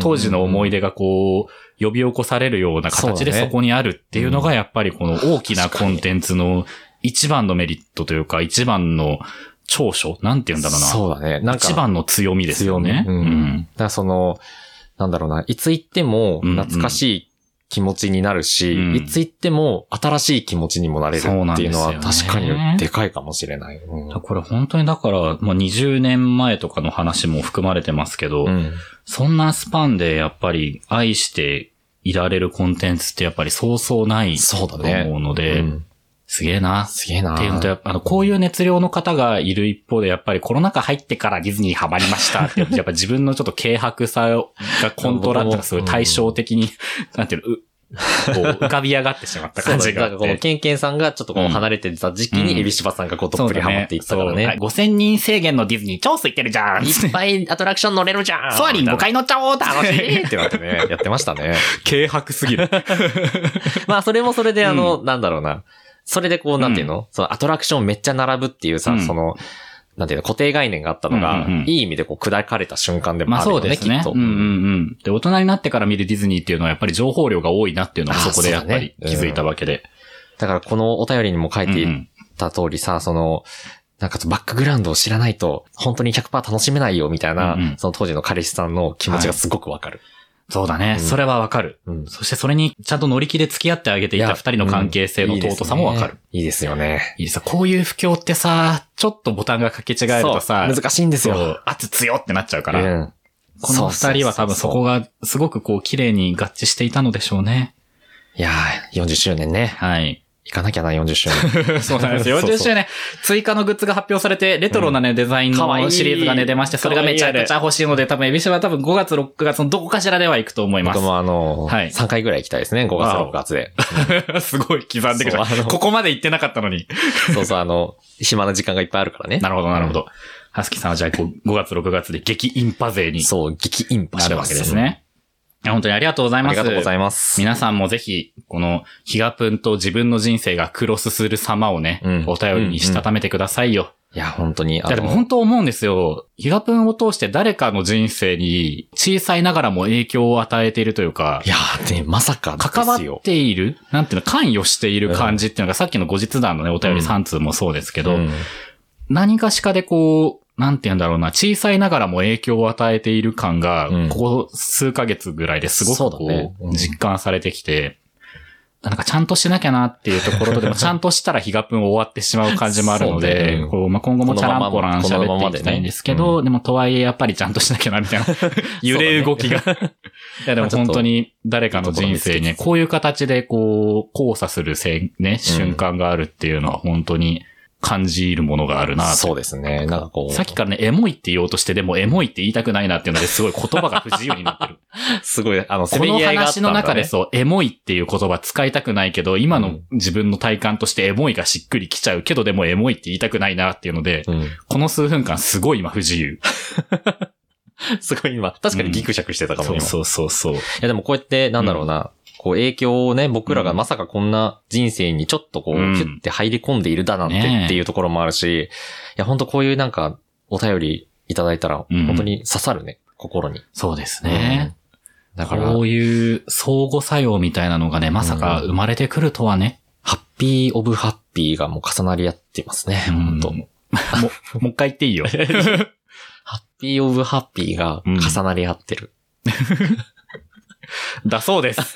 [SPEAKER 3] 当時の思い
[SPEAKER 2] 出。
[SPEAKER 3] 出がこう、呼び起こされるような形で
[SPEAKER 2] そ
[SPEAKER 3] そ
[SPEAKER 2] うだね
[SPEAKER 3] こにあるっていうのが、やっぱりこの大きな
[SPEAKER 2] 確
[SPEAKER 3] コ
[SPEAKER 2] かに
[SPEAKER 3] ンテンツの一番のメリットというか、一番の長所なんて言うんだろうな。
[SPEAKER 2] そうだね、なんか。
[SPEAKER 3] 一番の強みですよね。
[SPEAKER 2] 強みうんだからその、なんだろうな、いつ行っても
[SPEAKER 3] うんうん
[SPEAKER 2] 懐かしい気持ちになるし、
[SPEAKER 3] うん
[SPEAKER 2] いつ行っても新しい気持ちにもなれる
[SPEAKER 3] そうなん
[SPEAKER 2] ってい
[SPEAKER 3] で
[SPEAKER 2] う
[SPEAKER 3] す
[SPEAKER 2] の
[SPEAKER 3] よ
[SPEAKER 2] は
[SPEAKER 3] ね
[SPEAKER 2] 確かにでかいかもしれない。うん
[SPEAKER 3] だからこれ本当にだから、まあ、20年前とかの話も含まれてますけど、
[SPEAKER 2] うん
[SPEAKER 3] そんなスパンでやっぱり愛していられるコンテンツってやっぱりそうそうない
[SPEAKER 2] そう
[SPEAKER 3] と
[SPEAKER 2] だね
[SPEAKER 3] 思うので、
[SPEAKER 2] うん
[SPEAKER 3] すげえな。
[SPEAKER 2] すげえな
[SPEAKER 3] っていうのと、やっぱあの、こういう熱量の方がいる一方で、やっぱりコロナ禍入ってからディズニーにハマりましたって、やっぱ自分のちょっと軽薄さがコントラ
[SPEAKER 2] 僕
[SPEAKER 3] と
[SPEAKER 2] も
[SPEAKER 3] すごい対照的に、 なんていうの、うこう浮かび上がってしまった感じがあ
[SPEAKER 2] そ
[SPEAKER 3] っ
[SPEAKER 2] うだねだからこの
[SPEAKER 3] て。
[SPEAKER 2] ケンケンさんがちょっとこ
[SPEAKER 3] う
[SPEAKER 2] うん離れてた時期
[SPEAKER 3] うん
[SPEAKER 2] にエビシバさんがこうどっぷりハマっていったから
[SPEAKER 3] そうは
[SPEAKER 2] ね
[SPEAKER 3] い。5000人制限のディズニー超空いてるじゃん
[SPEAKER 1] いっぱいアトラクション乗れるじゃん
[SPEAKER 3] ソアリン5回乗っちゃおう楽
[SPEAKER 2] 楽し
[SPEAKER 3] しい
[SPEAKER 2] いってなっ てね、やってましたね。
[SPEAKER 3] 軽薄すぎる。
[SPEAKER 2] まあ、それもそれで、あの、なんだろうな。それでこう、なんていうの、そのアトラクションめっちゃ並ぶっていうさ、
[SPEAKER 3] うん
[SPEAKER 2] その、なんていうの、固定概念があったの
[SPEAKER 3] うん
[SPEAKER 2] が、
[SPEAKER 3] うんうん
[SPEAKER 2] いい意味でこう、砕かれた瞬間でも
[SPEAKER 3] まあ
[SPEAKER 2] ある
[SPEAKER 3] そう
[SPEAKER 2] よね、
[SPEAKER 3] ですね。
[SPEAKER 2] きっと。
[SPEAKER 3] うんうんうん。で、大人になってから見るディズニーっていうのはやっぱり情報量が多いなっていうのは
[SPEAKER 2] あー
[SPEAKER 3] そこでやっぱり
[SPEAKER 2] そうだ
[SPEAKER 3] 気
[SPEAKER 2] ね
[SPEAKER 3] づいたわけで。
[SPEAKER 2] だから、このお便りにも書いていた通りさ、その、なんかバックグラウンドを知らないと、本当に100%楽しめないよ、みたいな、
[SPEAKER 3] うんうん
[SPEAKER 2] その当時の彼氏さんの気持ちがすごくわかる。
[SPEAKER 3] そうだね。
[SPEAKER 2] うん
[SPEAKER 3] それはわかる。
[SPEAKER 2] うん。
[SPEAKER 3] そしてそれにちゃんと乗り気で付き合ってあげていた二人の関係性の尊さもわかる。
[SPEAKER 2] いいですね。いいですよね。
[SPEAKER 3] いいさ、こういう不況ってさ、ちょっとボタンが掛け違えるとさ、
[SPEAKER 2] そう難しいんです
[SPEAKER 3] そ
[SPEAKER 2] よ。
[SPEAKER 3] う圧強ってなっちゃうから、
[SPEAKER 2] うん
[SPEAKER 3] この二人は多分そこ
[SPEAKER 2] ううう
[SPEAKER 3] がすごくこう綺麗に合致していたのでしょうね。
[SPEAKER 2] そういやー、40周年ね。
[SPEAKER 3] はい。
[SPEAKER 2] 行かなきゃな、40周 年。
[SPEAKER 3] そうなんですよ。
[SPEAKER 2] そうそう
[SPEAKER 3] 40周年、追加のグッズが発表されて、レトロなね、デザイン
[SPEAKER 2] かわい
[SPEAKER 3] の
[SPEAKER 2] い
[SPEAKER 3] シリーズがね、出まして、それがめちゃくちゃ欲しいので、多分、エビシバは多分5月、6月のどこかしらでは行くと思います
[SPEAKER 2] 僕。もあの、
[SPEAKER 3] はい
[SPEAKER 2] 3回ぐらい行きたいですね、5月、
[SPEAKER 3] わお
[SPEAKER 2] 6月 で。
[SPEAKER 3] すごい刻んでく
[SPEAKER 2] そう
[SPEAKER 3] る
[SPEAKER 2] あの
[SPEAKER 3] ここまで行ってなかったのに。
[SPEAKER 2] そうそう、あの、暇な時間がいっぱいあるからね。
[SPEAKER 3] なるほど、なるほど。ハスキさんはじゃあこう、5月、6月で激インパ勢に
[SPEAKER 2] そう、激インパ
[SPEAKER 3] な
[SPEAKER 2] して
[SPEAKER 3] る
[SPEAKER 2] る
[SPEAKER 3] わ
[SPEAKER 2] わ
[SPEAKER 3] け
[SPEAKER 2] け
[SPEAKER 3] で
[SPEAKER 2] ですすね。
[SPEAKER 3] ね。いや本当にありがとうござい
[SPEAKER 2] あ
[SPEAKER 3] ます。
[SPEAKER 2] りがとうございます。
[SPEAKER 3] 皆さんもぜひ、この、ヒガプンと自分の人生がクロスする様をね、
[SPEAKER 2] うん
[SPEAKER 3] お便りにしたためてくださいよ。
[SPEAKER 2] いや、本当に、
[SPEAKER 3] いやでも本当思うんですよ。ヒガプンを通して誰かの人生に小さいながらも影響を与えているというか
[SPEAKER 2] い、やーね、まさか
[SPEAKER 3] 関
[SPEAKER 2] で
[SPEAKER 3] わ
[SPEAKER 2] すよ
[SPEAKER 3] っ。ている、なんていうの、関与している感じっていうのがさっきの後日談のね、お便り
[SPEAKER 2] うん
[SPEAKER 3] 3通もそうですけど、
[SPEAKER 2] うん
[SPEAKER 3] 何かしかでこう、なんて言うんだろうな、小さいながらも影響を与えている感が、
[SPEAKER 2] うん
[SPEAKER 3] ここ数ヶ月ぐらいですごく
[SPEAKER 2] そうだ
[SPEAKER 3] こう、
[SPEAKER 2] ねうん
[SPEAKER 3] 実感されてきて、なんかちゃんとしなきゃなっていうところ と、でもちゃんとしたら日が分終わってしまう感じもあるの
[SPEAKER 2] そう
[SPEAKER 3] で、
[SPEAKER 2] ねうん
[SPEAKER 3] こうまあ、今後もチャランポラン
[SPEAKER 2] このま
[SPEAKER 3] 喋
[SPEAKER 2] ま
[SPEAKER 3] っていきたいんですけ
[SPEAKER 2] このま
[SPEAKER 3] ど、でもとはいえやっぱりちゃんとしなきゃなみた いな、揺れ動きが。いやでも本当に誰かの人生にねこういう形でこう、交差するせいね、瞬間があるっていうのは本当に感じるものがあるなと
[SPEAKER 2] そうですね。なんかこう。
[SPEAKER 3] さっきからね、エモいって言おうとして、でもエモいって言いたくないなっていうので、すごい言葉が不自由になって る。
[SPEAKER 2] すごい、あの、
[SPEAKER 3] この話の中で
[SPEAKER 2] そ
[SPEAKER 3] そう、エモいっていう言葉使いたくないけど、今
[SPEAKER 2] う
[SPEAKER 3] の
[SPEAKER 2] ん
[SPEAKER 3] 自分の体感としてエモいがしっくりきちゃうけど、でもエモいって言いたくないなっていうので、
[SPEAKER 2] う。うん。
[SPEAKER 3] この数分間すごい今不自由。
[SPEAKER 2] すごい今、確かにギクシャクしてたかも、今
[SPEAKER 3] うそうそう。
[SPEAKER 2] いやでもこうやって、なんだろうな、こう影響をね、僕らがまさかこんな人生にちょっとこう、
[SPEAKER 3] うん
[SPEAKER 2] キュッて入り込んでいるだなんて
[SPEAKER 3] ねえ
[SPEAKER 2] っていうところもあるし、いや本当こういうなんか、お便りいただいたら、
[SPEAKER 3] うん
[SPEAKER 2] 本当に刺さるね、心に。
[SPEAKER 3] そうですね。
[SPEAKER 2] うん。だから、
[SPEAKER 3] こういう相互作用みたいなのがね、まさか生まれてくるとはね。
[SPEAKER 2] ハッピーオブハッピーがもう重なり合ってますね、本当、
[SPEAKER 3] うんも、もう一回言って いいよ。
[SPEAKER 2] ハッピーオブハッピーが重なり合ってる。
[SPEAKER 3] だそう です。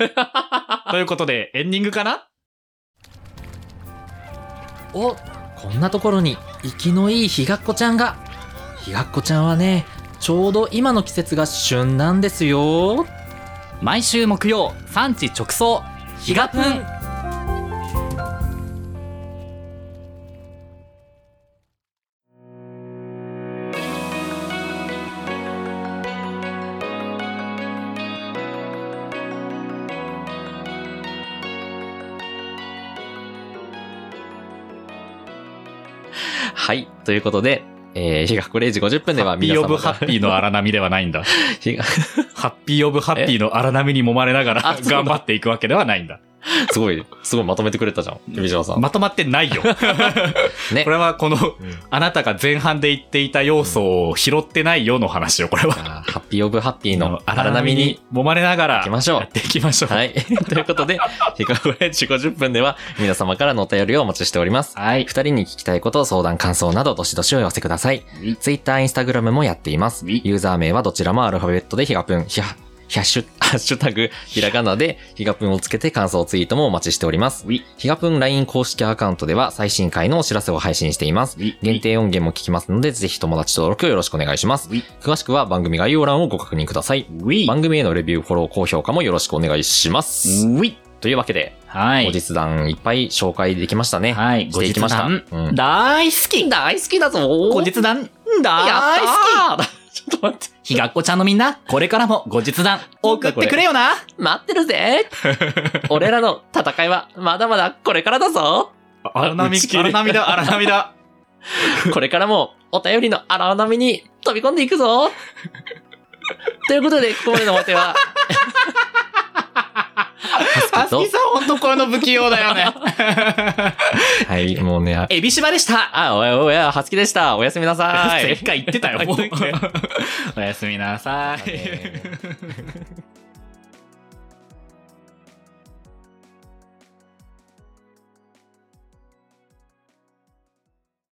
[SPEAKER 3] ということで、エンディングかな
[SPEAKER 2] おこんなところに生きのいいひがっこちゃんがひがっこちゃんはねちょうど今の季節が旬なんですよ
[SPEAKER 3] 毎週木曜、産地直送、ひがぷん
[SPEAKER 2] はいということで、えー、ひがっこ0時50分では
[SPEAKER 3] ハッピ
[SPEAKER 2] 皆
[SPEAKER 3] ーオブ
[SPEAKER 2] 様
[SPEAKER 3] ハ
[SPEAKER 2] が
[SPEAKER 3] ッピーの荒波ではないん だ。
[SPEAKER 2] ひが
[SPEAKER 3] ハッピーオブハッピーの荒波に揉まれながら
[SPEAKER 2] あそうだ
[SPEAKER 3] 頑張っていくわけではないんだ。
[SPEAKER 2] すごいすごいまとめてくれたじゃん海島さん、
[SPEAKER 3] まとまってない よ。
[SPEAKER 2] ね
[SPEAKER 3] これはこの、
[SPEAKER 2] うん
[SPEAKER 3] あなたが前半で言っていた要素を拾ってないよの話よ、これは。
[SPEAKER 2] あーハッピーオブハッピー
[SPEAKER 3] あ
[SPEAKER 2] の
[SPEAKER 3] の荒
[SPEAKER 2] 荒
[SPEAKER 3] 波
[SPEAKER 2] 波
[SPEAKER 3] に
[SPEAKER 2] に
[SPEAKER 3] 揉まれながら、
[SPEAKER 2] 行きましょう
[SPEAKER 3] やっていきましょう。
[SPEAKER 2] はい。ということで、ひがっこ0時50分では皆様からのお便りをお待ちしております。
[SPEAKER 3] はい。
[SPEAKER 2] 二人に聞きたいこと、相談、感想など、どしどしお寄せください。ツイッター、インスタグラムもやっています。
[SPEAKER 3] い
[SPEAKER 2] ユーザー名はどちらもアルファベットでヒガプン、ヒャ、ヒャッシュ、 ハッシュタグ、ひらがなでヒガプンをつけて感想ツイートもお待ちしております。ヒガプン LINE 公式アカウントでは最新回のお知らせを配信しています。限定音源も聞きますので、ぜひ友達登録よろしくお願いします。詳しくは番組概要欄をご確認ください。番組へのレビュー、フォロー、高評価もよろしくお願いします。というわけで、
[SPEAKER 3] は
[SPEAKER 2] 後
[SPEAKER 3] い。
[SPEAKER 2] 日談いっぱい紹介できましたね。
[SPEAKER 3] はい。
[SPEAKER 2] していきました。うん
[SPEAKER 3] 大好き
[SPEAKER 1] 大好きだぞ
[SPEAKER 3] 後日談大好
[SPEAKER 1] やったー
[SPEAKER 3] きちょっと待って。ひがっこちゃんのみんな、これからも後日談送ってくれよな
[SPEAKER 1] 待ってる ぜ俺らの戦いはまだまだこれからだぞ
[SPEAKER 3] 荒波、荒波だ、荒波 だ。
[SPEAKER 1] これからもお便りの荒波に飛び込んでいくぞということで、ここまでのお手は、
[SPEAKER 3] あすきさん、ほんとこれの不器用だよね。
[SPEAKER 2] はい、もうね、
[SPEAKER 3] エビシバでした
[SPEAKER 2] あ、おやおや、はつきでした。おやすみ なさい。
[SPEAKER 3] 前回言ってたよ、もう。おやすみなさ
[SPEAKER 2] また
[SPEAKER 3] い
[SPEAKER 2] ね。